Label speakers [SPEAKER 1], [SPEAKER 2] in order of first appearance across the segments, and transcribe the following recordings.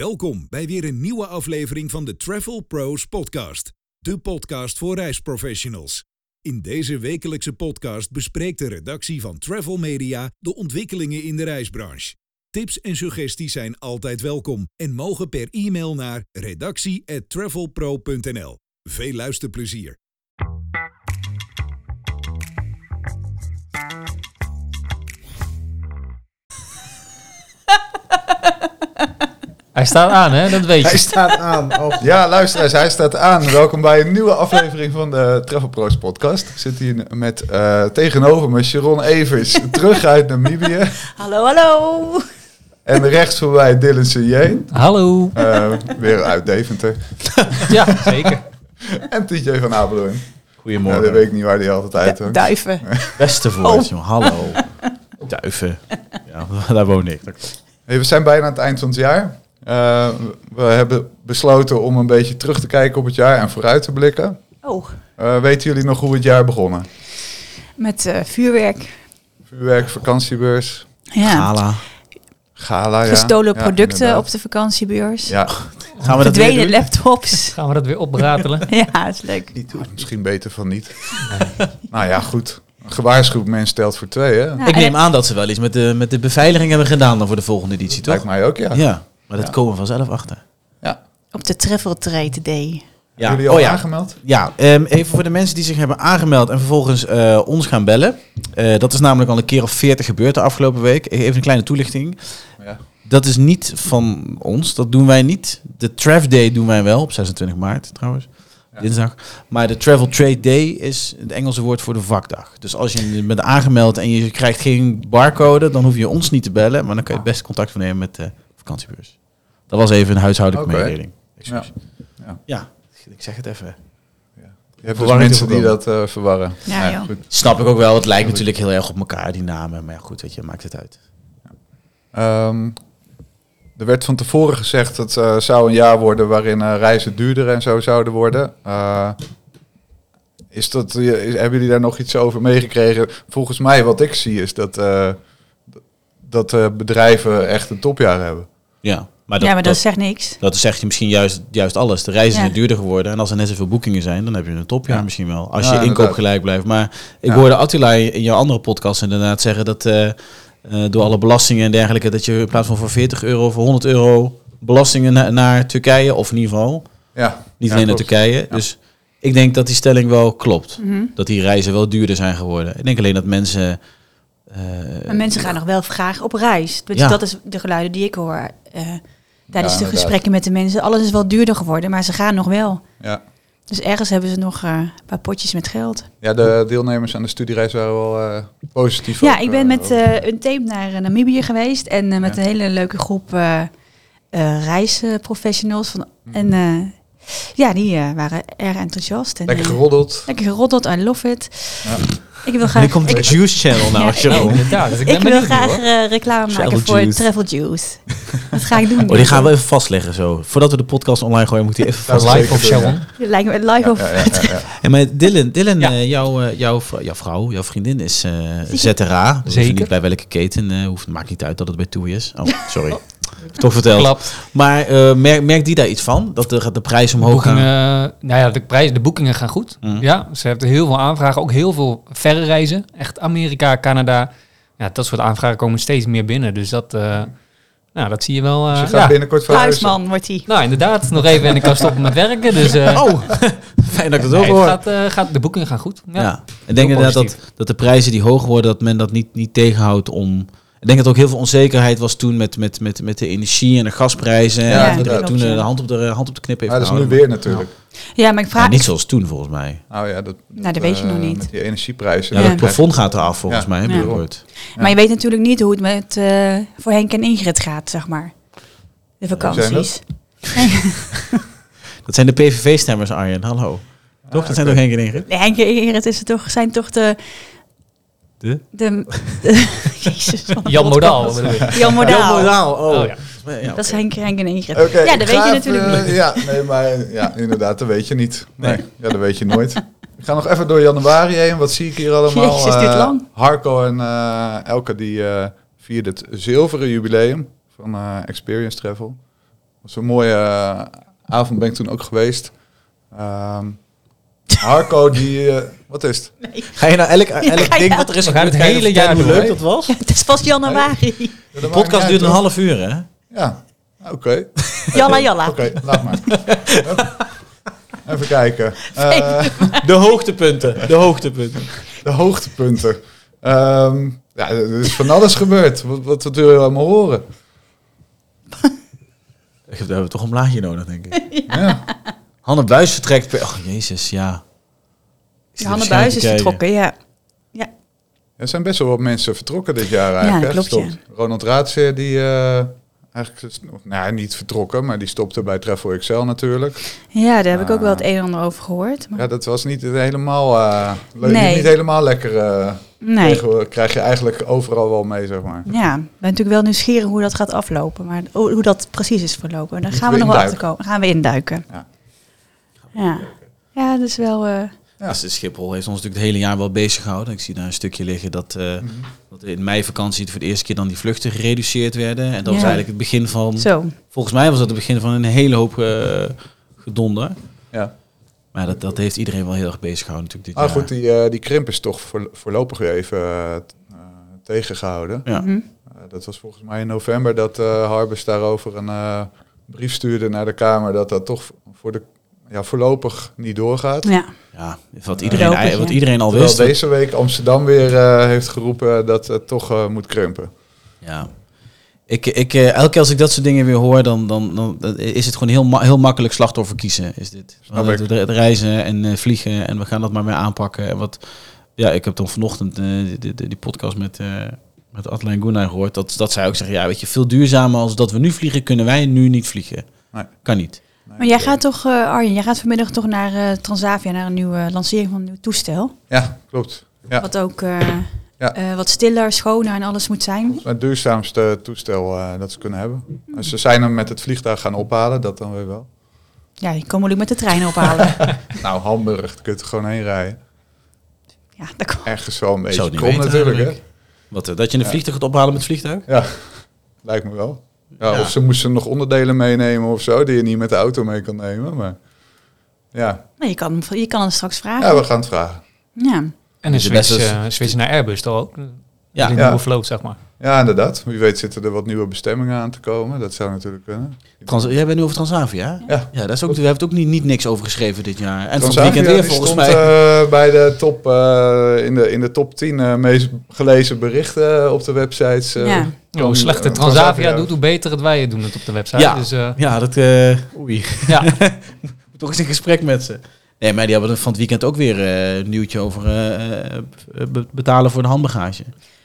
[SPEAKER 1] Welkom bij weer een nieuwe aflevering van de Travel Pros Podcast, de podcast voor reisprofessionals. In deze wekelijkse podcast bespreekt de redactie van Travel Media de ontwikkelingen in de reisbranche. Tips en suggesties zijn altijd welkom en mogen per e-mail naar redactie@travelpro.nl. Veel luisterplezier.
[SPEAKER 2] Hij staat aan, hè? Dat weet je.
[SPEAKER 3] Hij staat aan. Oh,
[SPEAKER 4] Ja, luisteraars, hij staat aan. Welkom bij een nieuwe aflevering van de Travel Pros podcast. Ik zit hier met eh, tegenover me Sharon Evers, terug uit Namibië.
[SPEAKER 5] Hallo, hallo.
[SPEAKER 4] En rechts voor mij Dylan Sejeen,
[SPEAKER 2] Hallo.
[SPEAKER 4] eh, weer uit Deventer.
[SPEAKER 2] Ja, zeker.
[SPEAKER 4] En TJ van Abeloen. Ja, dat
[SPEAKER 3] Goedemorgen.
[SPEAKER 4] weet ik niet waar die altijd uit hangt.
[SPEAKER 5] Duiven.
[SPEAKER 3] Beste voorbeeld, jongen. Hallo. Duiven. Ja, daar woon ik. Dat klopt.
[SPEAKER 4] Hey, we zijn bijna aan het eind van het jaar. Eh, we hebben besloten om een beetje terug te kijken op het jaar en vooruit te blikken.
[SPEAKER 5] Oh,
[SPEAKER 4] Eh, weten jullie nog hoe het jaar begonnen?
[SPEAKER 5] met eh, vuurwerk.
[SPEAKER 4] Vuurwerk, vakantiebeurs,
[SPEAKER 5] Ja.
[SPEAKER 3] Gala.
[SPEAKER 4] gala. ja.
[SPEAKER 5] Gestolen
[SPEAKER 4] Ja,
[SPEAKER 5] producten
[SPEAKER 4] inderdaad.
[SPEAKER 5] op de vakantiebeurs.
[SPEAKER 4] Ja,
[SPEAKER 3] Gaan we dat weer
[SPEAKER 5] Verdwenen
[SPEAKER 3] doen?
[SPEAKER 5] laptops.
[SPEAKER 2] Gaan we dat weer opratelen?
[SPEAKER 5] ja, is leuk.
[SPEAKER 4] Ah, Misschien beter van niet. nou ja, goed. Een gewaarschuwd mens stelt voor twee, hè?
[SPEAKER 5] Ja,
[SPEAKER 3] Ik
[SPEAKER 5] en-
[SPEAKER 3] neem aan dat ze wel iets met de, met de beveiliging hebben gedaan dan voor de volgende editie, toch?
[SPEAKER 4] Lijkt mij ook, ja.
[SPEAKER 3] Ja. maar dat komen we vanzelf achter.
[SPEAKER 5] Op de Travel Trade Day.
[SPEAKER 3] Ja.
[SPEAKER 4] Jullie al
[SPEAKER 3] Oh ja,
[SPEAKER 4] aangemeld?
[SPEAKER 3] ja ehm, even voor de mensen die zich hebben aangemeld en vervolgens eh, ons gaan bellen. Eh, dat is namelijk al een keer of veertig gebeurd de afgelopen week. E-, Even een kleine toelichting.
[SPEAKER 4] Ja.
[SPEAKER 3] Dat is niet van ons, dat doen wij niet. De Trav Day doen wij wel, op 26 maart trouwens, dinsdag. Maar de Travel Trade Day is het Engelse woord voor de vakdag. Dus als je je bent aangemeld en je krijgt geen barcode, dan hoef je ons niet te bellen. Maar
[SPEAKER 4] Ah.
[SPEAKER 3] dan kan je best contact opnemen met de vakantiebeurs. Dat was even een huishoudelijke
[SPEAKER 4] Oké.
[SPEAKER 3] mededeling.
[SPEAKER 4] Ja.
[SPEAKER 3] Excuus.
[SPEAKER 4] Ja.
[SPEAKER 3] Ja, ik zeg het even.
[SPEAKER 4] Je hebt dus
[SPEAKER 3] Verwarring
[SPEAKER 4] mensen die
[SPEAKER 3] overkomen.
[SPEAKER 4] dat eh, verwarren.
[SPEAKER 5] Ja, joh.
[SPEAKER 4] goed.
[SPEAKER 3] Snap ik ook wel. Het lijkt natuurlijk heel erg op elkaar, die namen. Maar ja, goed, weet je, maakt het uit.
[SPEAKER 4] Ehm, er werd van tevoren gezegd dat eh zou een jaar worden waarin eh, reizen duurder en zo zouden worden. Eh, is dat, eh, is- hebben jullie daar nog iets over meegekregen? Volgens mij wat ik zie is dat, eh, dat eh, bedrijven echt een topjaar hebben.
[SPEAKER 3] Ja, maar
[SPEAKER 5] ja, maar dat, zegt niks.
[SPEAKER 3] Dat Eh, zegt je misschien juist, juist alles. De reizen
[SPEAKER 5] Ja.
[SPEAKER 3] zijn duurder geworden. En als er net zoveel boekingen zijn, dan heb je een topjaar
[SPEAKER 4] Ja.
[SPEAKER 3] misschien wel. Als
[SPEAKER 4] Ja,
[SPEAKER 3] je inkoop
[SPEAKER 4] inderdaad.
[SPEAKER 3] gelijk blijft. Maar ik
[SPEAKER 4] Ja.
[SPEAKER 3] hoorde Attila in jouw andere podcast inderdaad zeggen dat eh, eh, door alle belastingen en dergelijke, dat je in plaats van voor 40 euro, voor 100 euro belastingen na- naar Turkije, of in ieder geval,
[SPEAKER 4] Ja,
[SPEAKER 3] niet
[SPEAKER 4] ja,
[SPEAKER 3] alleen naar
[SPEAKER 4] klopt.
[SPEAKER 3] Turkije. Dus ik denk dat die stelling wel klopt.
[SPEAKER 5] Mhm.
[SPEAKER 3] Dat die reizen wel duurder zijn geworden. Ik denk alleen dat mensen... eh,
[SPEAKER 5] Maar mensen gaan nog wel graag op reis. Dus
[SPEAKER 3] Ja.
[SPEAKER 5] Dat is de geluiden die ik hoor. eh, tijdens de
[SPEAKER 4] inderdaad.
[SPEAKER 5] gesprekken met de mensen. Alles is wel duurder geworden, maar ze gaan nog wel.
[SPEAKER 4] Ja.
[SPEAKER 5] Dus ergens hebben ze nog eh, een paar potjes met geld.
[SPEAKER 4] Ja, de deelnemers aan de studiereis waren wel eh, positief.
[SPEAKER 5] Ja,
[SPEAKER 4] ook,
[SPEAKER 5] ik
[SPEAKER 4] eh,
[SPEAKER 5] ben met
[SPEAKER 4] over.
[SPEAKER 5] eh, een team naar eh, Namibië geweest en eh, met
[SPEAKER 4] Ja.
[SPEAKER 5] een hele leuke groep eh, eh, reisprofessionals. Van, En eh, ja, die eh, waren erg enthousiast. En,
[SPEAKER 4] Lekker
[SPEAKER 5] eh,
[SPEAKER 4] geroddeld.
[SPEAKER 5] lekker geroddeld, I love it.
[SPEAKER 4] Ja.
[SPEAKER 5] Ik wil graag, ik, ik
[SPEAKER 3] Juice Channel
[SPEAKER 5] nou, Ja, Sharon.
[SPEAKER 2] Oh, inderdaad. Dus ik ben
[SPEAKER 5] wil
[SPEAKER 2] benieuwd nu,
[SPEAKER 5] graag
[SPEAKER 2] hoor.
[SPEAKER 5] eh, reclame
[SPEAKER 3] Travel
[SPEAKER 5] maken voor
[SPEAKER 3] juice.
[SPEAKER 5] Travel Juice. Dat ga ik doen.
[SPEAKER 3] Oh, die gaan we even vastleggen zo. Voordat we de podcast online gooien, moet ik die even
[SPEAKER 4] Dat is
[SPEAKER 3] vastleggen.
[SPEAKER 2] Live of
[SPEAKER 4] Zeker,
[SPEAKER 2] Sharon.
[SPEAKER 5] Dit Lijkt me live
[SPEAKER 4] Ja,
[SPEAKER 5] of...
[SPEAKER 4] ja, ja, Dus ja, ja.
[SPEAKER 3] Ja, maar Dylan, Dylan
[SPEAKER 2] Ja.
[SPEAKER 3] eh, jouw, eh, jouw, vrou- jouw vrouw, jouw vriendin is eh ZRA. We weten
[SPEAKER 2] Zeker.
[SPEAKER 3] niet bij welke keten. eh, hoeft, maakt niet uit dat het bij Toei is. Oh, sorry. Toch verteld.
[SPEAKER 2] Klapt.
[SPEAKER 3] Maar eh merkt merkt die daar iets van? Dat de, de prijs omhoog
[SPEAKER 2] Boekingen,
[SPEAKER 3] gaat?
[SPEAKER 2] nou ja, de, prijzen, de boekingen gaan goed. Ja, ze hebben heel veel aanvragen. Ook heel veel verre reizen. Echt Amerika, Canada. Ja, dat soort aanvragen komen steeds meer binnen. Dus dat, eh, nou, dat zie je wel.
[SPEAKER 3] Ah.
[SPEAKER 2] eh,
[SPEAKER 4] Ze gaan
[SPEAKER 2] ja.
[SPEAKER 4] binnenkort verhuizen.
[SPEAKER 5] Huisman wordt die.
[SPEAKER 2] Nou, inderdaad. Nog even en ik kan stoppen met werken. Dus eh,
[SPEAKER 3] Oh, fijn dat ik dat
[SPEAKER 2] nee,
[SPEAKER 3] ook
[SPEAKER 2] het
[SPEAKER 3] hoor.
[SPEAKER 2] gaat, eh, gaat, de boekingen gaan goed.
[SPEAKER 3] Ja.
[SPEAKER 2] Ja.
[SPEAKER 3] Ik denk
[SPEAKER 2] Heel
[SPEAKER 3] inderdaad dat,
[SPEAKER 2] positief.
[SPEAKER 3] dat de prijzen die hoog worden, dat men dat niet, niet tegenhoudt om... Ik denk dat er ook heel veel onzekerheid was toen met, met, met, met de energie en de gasprijzen.
[SPEAKER 4] Ja,
[SPEAKER 3] en dat
[SPEAKER 4] inderdaad.
[SPEAKER 3] toen eh, de hand op de, hand op de knip heeft
[SPEAKER 4] Ja, dat is nu
[SPEAKER 3] gehouden.
[SPEAKER 4] weer natuurlijk.
[SPEAKER 5] Ja, maar ik
[SPEAKER 3] Ja,
[SPEAKER 5] vraag...
[SPEAKER 3] niet zoals toen volgens mij.
[SPEAKER 4] Nou ja, dat,
[SPEAKER 5] Nou, dat weet je
[SPEAKER 4] eh,
[SPEAKER 5] nog niet.
[SPEAKER 4] Met die energieprijzen.
[SPEAKER 3] Ja,
[SPEAKER 5] Ja.
[SPEAKER 3] dat plafond gaat eraf volgens
[SPEAKER 4] Ja.
[SPEAKER 3] mij. hè,
[SPEAKER 5] Ja.
[SPEAKER 3] binnenkort.
[SPEAKER 5] Maar je weet natuurlijk niet hoe het met, eh, voor Henk en Ingrid gaat, zeg maar. De vakanties.
[SPEAKER 3] Dat zijn de PVV-stemmers, Arjen. Hallo. Toch?
[SPEAKER 4] Ah,
[SPEAKER 3] Dat zijn toch Henk en Ingrid?
[SPEAKER 5] Nee, Henk en Ingrid is het toch, zijn toch de...
[SPEAKER 3] De?
[SPEAKER 5] de, de- Jezus, wat een
[SPEAKER 2] Jan
[SPEAKER 5] podcast.
[SPEAKER 2] Modaal. bedoel ik.
[SPEAKER 5] Jan Modaal.
[SPEAKER 4] nou,
[SPEAKER 3] Oh,
[SPEAKER 2] Oh,
[SPEAKER 3] ja.
[SPEAKER 2] ja.
[SPEAKER 3] oké.
[SPEAKER 5] Dat is Henk, Henk en Ingrid.
[SPEAKER 4] Oké,
[SPEAKER 5] ja,
[SPEAKER 4] ik
[SPEAKER 5] dat weet
[SPEAKER 4] ga
[SPEAKER 5] je
[SPEAKER 4] even-
[SPEAKER 5] natuurlijk niet.
[SPEAKER 4] Ja, nee, maar eh, ja, inderdaad, dat weet je niet. Nee,
[SPEAKER 3] Nee.
[SPEAKER 4] ja, dat weet je nooit. Ik ga nog even door januari heen. Wat zie ik hier allemaal?
[SPEAKER 5] Jezus, dit
[SPEAKER 4] Eh,
[SPEAKER 5] lang.
[SPEAKER 4] Harco en eh, Elke die eh vierden het zilveren jubileum van eh, Experience Travel. was een mooie eh, avond, ben ik toen ook geweest. Ehm, Harco, die... eh, wat is het?
[SPEAKER 3] Ga je nou elk, elk
[SPEAKER 5] ga je
[SPEAKER 3] ding wat er is
[SPEAKER 2] We gaan het
[SPEAKER 3] gebeurd, ga je
[SPEAKER 2] hele
[SPEAKER 3] vertellen
[SPEAKER 2] jaar
[SPEAKER 3] hoe
[SPEAKER 2] door,
[SPEAKER 3] leuk dat was?
[SPEAKER 5] Ja, het is pas januari.
[SPEAKER 4] Ja,
[SPEAKER 3] De
[SPEAKER 4] dat maakt niet
[SPEAKER 3] podcast
[SPEAKER 4] uit,
[SPEAKER 3] duurt een
[SPEAKER 4] hoor.
[SPEAKER 3] half uur, hè?
[SPEAKER 4] Ja, Ah, oké.
[SPEAKER 5] Jalla jalla.
[SPEAKER 4] Oké, laat maar. Hup. Even kijken. Eh,
[SPEAKER 3] De hoogtepunten. De hoogtepunten.
[SPEAKER 4] de hoogtepunten. Ehm, ja, er is van alles gebeurd. Wat, wat, wat wil je allemaal horen?
[SPEAKER 3] Daar hebben we toch een blaadje nodig, denk ik.
[SPEAKER 4] Ja.
[SPEAKER 3] Hanne Buis vertrekt. per- Oh, jezus, ja. Ik zit
[SPEAKER 5] Ja, Hanne
[SPEAKER 3] even schuin
[SPEAKER 5] Buis
[SPEAKER 3] te
[SPEAKER 5] is
[SPEAKER 3] kijken.
[SPEAKER 5] vertrokken, ja. ja.
[SPEAKER 4] Er zijn best wel wat mensen vertrokken dit jaar eigenlijk.
[SPEAKER 5] dat
[SPEAKER 4] hè?
[SPEAKER 5] klopt,
[SPEAKER 4] Stopt. Ronald Raatse, die eh, eigenlijk... is- of, Nou, niet vertrokken, maar die stopte bij Travel Excel natuurlijk.
[SPEAKER 5] Ja, daar heb ik ook
[SPEAKER 4] Ah.
[SPEAKER 5] wel het een en ander over gehoord. Maar
[SPEAKER 4] Ja, dat was niet helemaal... eh, le-
[SPEAKER 5] Nee.
[SPEAKER 4] Niet helemaal lekker. eh,
[SPEAKER 5] nee.
[SPEAKER 4] kregen we- Krijg je eigenlijk overal wel mee, zeg maar.
[SPEAKER 5] Ja, ik ben natuurlijk wel nieuwsgierig hoe dat gaat aflopen. Maar hoe hoe dat precies is verlopen. Daar
[SPEAKER 4] Moeten
[SPEAKER 5] gaan we
[SPEAKER 4] we
[SPEAKER 5] nog wel achter
[SPEAKER 4] induiken.
[SPEAKER 5] komen. Gaan we induiken.
[SPEAKER 4] Ja.
[SPEAKER 5] Ja, ja dat is wel... eh,
[SPEAKER 4] Ja.
[SPEAKER 3] Dus de Schiphol heeft ons natuurlijk het hele jaar wel bezig gehouden. Ik zie daar een stukje liggen dat, eh,
[SPEAKER 4] Mhm.
[SPEAKER 3] dat in meivakantie voor de eerste keer dan die vluchten gereduceerd werden. En dat was
[SPEAKER 5] Ja.
[SPEAKER 3] eigenlijk het begin van...
[SPEAKER 5] zo.
[SPEAKER 3] Volgens mij was dat het begin van een hele hoop eh, gedonder.
[SPEAKER 4] Ja.
[SPEAKER 3] Maar dat, dat heeft iedereen wel heel erg bezig gehouden natuurlijk dit
[SPEAKER 4] Ah,
[SPEAKER 3] jaar.
[SPEAKER 4] goed, die, eh, die krimp is toch voor, voorlopig weer even eh, t- eh, tegengehouden.
[SPEAKER 3] Ja.
[SPEAKER 5] Mhm.
[SPEAKER 4] Eh, dat was volgens mij in november dat eh Harbers daarover een eh, brief stuurde naar de Kamer dat dat toch voor de, ja, voorlopig niet doorgaat.
[SPEAKER 5] Ja.
[SPEAKER 3] Ja, wat iedereen,
[SPEAKER 5] Voorlopig,
[SPEAKER 3] wat
[SPEAKER 5] ja.
[SPEAKER 3] iedereen al
[SPEAKER 4] Terwijl
[SPEAKER 3] wist.
[SPEAKER 4] deze week Amsterdam weer eh, heeft geroepen dat het toch eh, moet krimpen.
[SPEAKER 3] Ja. Ik, ik, eh, elke keer als ik dat soort dingen weer hoor, dan, dan, dan, dan is het gewoon heel, ma- heel makkelijk slachtoffer kiezen. Is dit.
[SPEAKER 4] Snap
[SPEAKER 3] Want
[SPEAKER 4] ik.
[SPEAKER 3] Het, het reizen en eh, vliegen en we gaan dat maar mee aanpakken. En wat, ja, ik heb dan vanochtend eh, die, die, die podcast met, eh met Adeline Gunnar gehoord. Dat, dat zij ook zeggen, ja, weet je, veel duurzamer als dat we nu vliegen, kunnen wij nu niet vliegen.
[SPEAKER 4] Nee.
[SPEAKER 3] Kan niet.
[SPEAKER 5] Maar jij gaat toch, eh, Arjen, jij gaat vanmiddag toch naar eh, Transavia, naar een nieuwe eh, lancering van een nieuw toestel.
[SPEAKER 4] Ja, klopt. Ja.
[SPEAKER 5] Wat ook eh,
[SPEAKER 4] Ja.
[SPEAKER 5] eh, wat stiller, schoner en alles moet zijn.
[SPEAKER 4] Het duurzaamste toestel eh, dat ze kunnen hebben.
[SPEAKER 5] Mm.
[SPEAKER 4] En ze zijn hem met het vliegtuig gaan ophalen, dat dan weer wel.
[SPEAKER 5] Ja, je kan moeilijk met de trein ophalen.
[SPEAKER 4] Nou, Hamburg, daar kun je er gewoon heen rijden.
[SPEAKER 5] ja, dat kan.
[SPEAKER 4] Ergens wel een beetje
[SPEAKER 3] het niet
[SPEAKER 4] krom
[SPEAKER 3] weten
[SPEAKER 4] natuurlijk, hè?
[SPEAKER 3] eigenlijk. Wat, eh, dat je een vliegtuig gaat ophalen met vliegtuig?
[SPEAKER 4] Ja, lijkt me wel. Ja,
[SPEAKER 3] Ja.
[SPEAKER 4] Of ze moesten nog onderdelen meenemen of zo, die je niet met de auto mee kan nemen. Maar ja,
[SPEAKER 5] Nee, je kan, hem- je kan het straks vragen.
[SPEAKER 4] ja we gaan het vragen.
[SPEAKER 5] Ja.
[SPEAKER 2] En een
[SPEAKER 3] Dus de beste
[SPEAKER 2] switch,
[SPEAKER 3] is-
[SPEAKER 2] eh, switch naar Airbus toch ook?
[SPEAKER 3] Ja.
[SPEAKER 2] Ja. Die
[SPEAKER 4] Ja.
[SPEAKER 2] nieuwe vloot, zeg maar.
[SPEAKER 4] Ja, inderdaad. Wie weet zitten er wat nieuwe bestemmingen aan te komen. Dat zou natuurlijk kunnen.
[SPEAKER 3] Trans Jij bent nu over Transavia, hè?
[SPEAKER 4] Ja.
[SPEAKER 3] Ja, daar is ook, we hebben het ook niet, niet niks over geschreven dit jaar. En van het
[SPEAKER 4] Transavia,
[SPEAKER 3] weekend weer
[SPEAKER 4] die
[SPEAKER 3] volgens
[SPEAKER 4] stond,
[SPEAKER 3] mij.
[SPEAKER 4] eh, bij de top, eh, in, de, in de top 10 eh, meest gelezen berichten op de websites. eh,
[SPEAKER 5] Ja.
[SPEAKER 4] van,
[SPEAKER 3] Oh,
[SPEAKER 2] Hoe slechter
[SPEAKER 4] eh,
[SPEAKER 2] Transavia, doet, hoe beter het wij het doen het op de website.
[SPEAKER 3] Ja.
[SPEAKER 2] Dus, eh,
[SPEAKER 3] Ja, dat... eh oei.
[SPEAKER 2] ja.
[SPEAKER 3] Moet toch eens in gesprek met ze. Nee, maar die hebben er van het weekend ook weer eh, een nieuwtje over eh, eh, be- betalen voor de handbagage.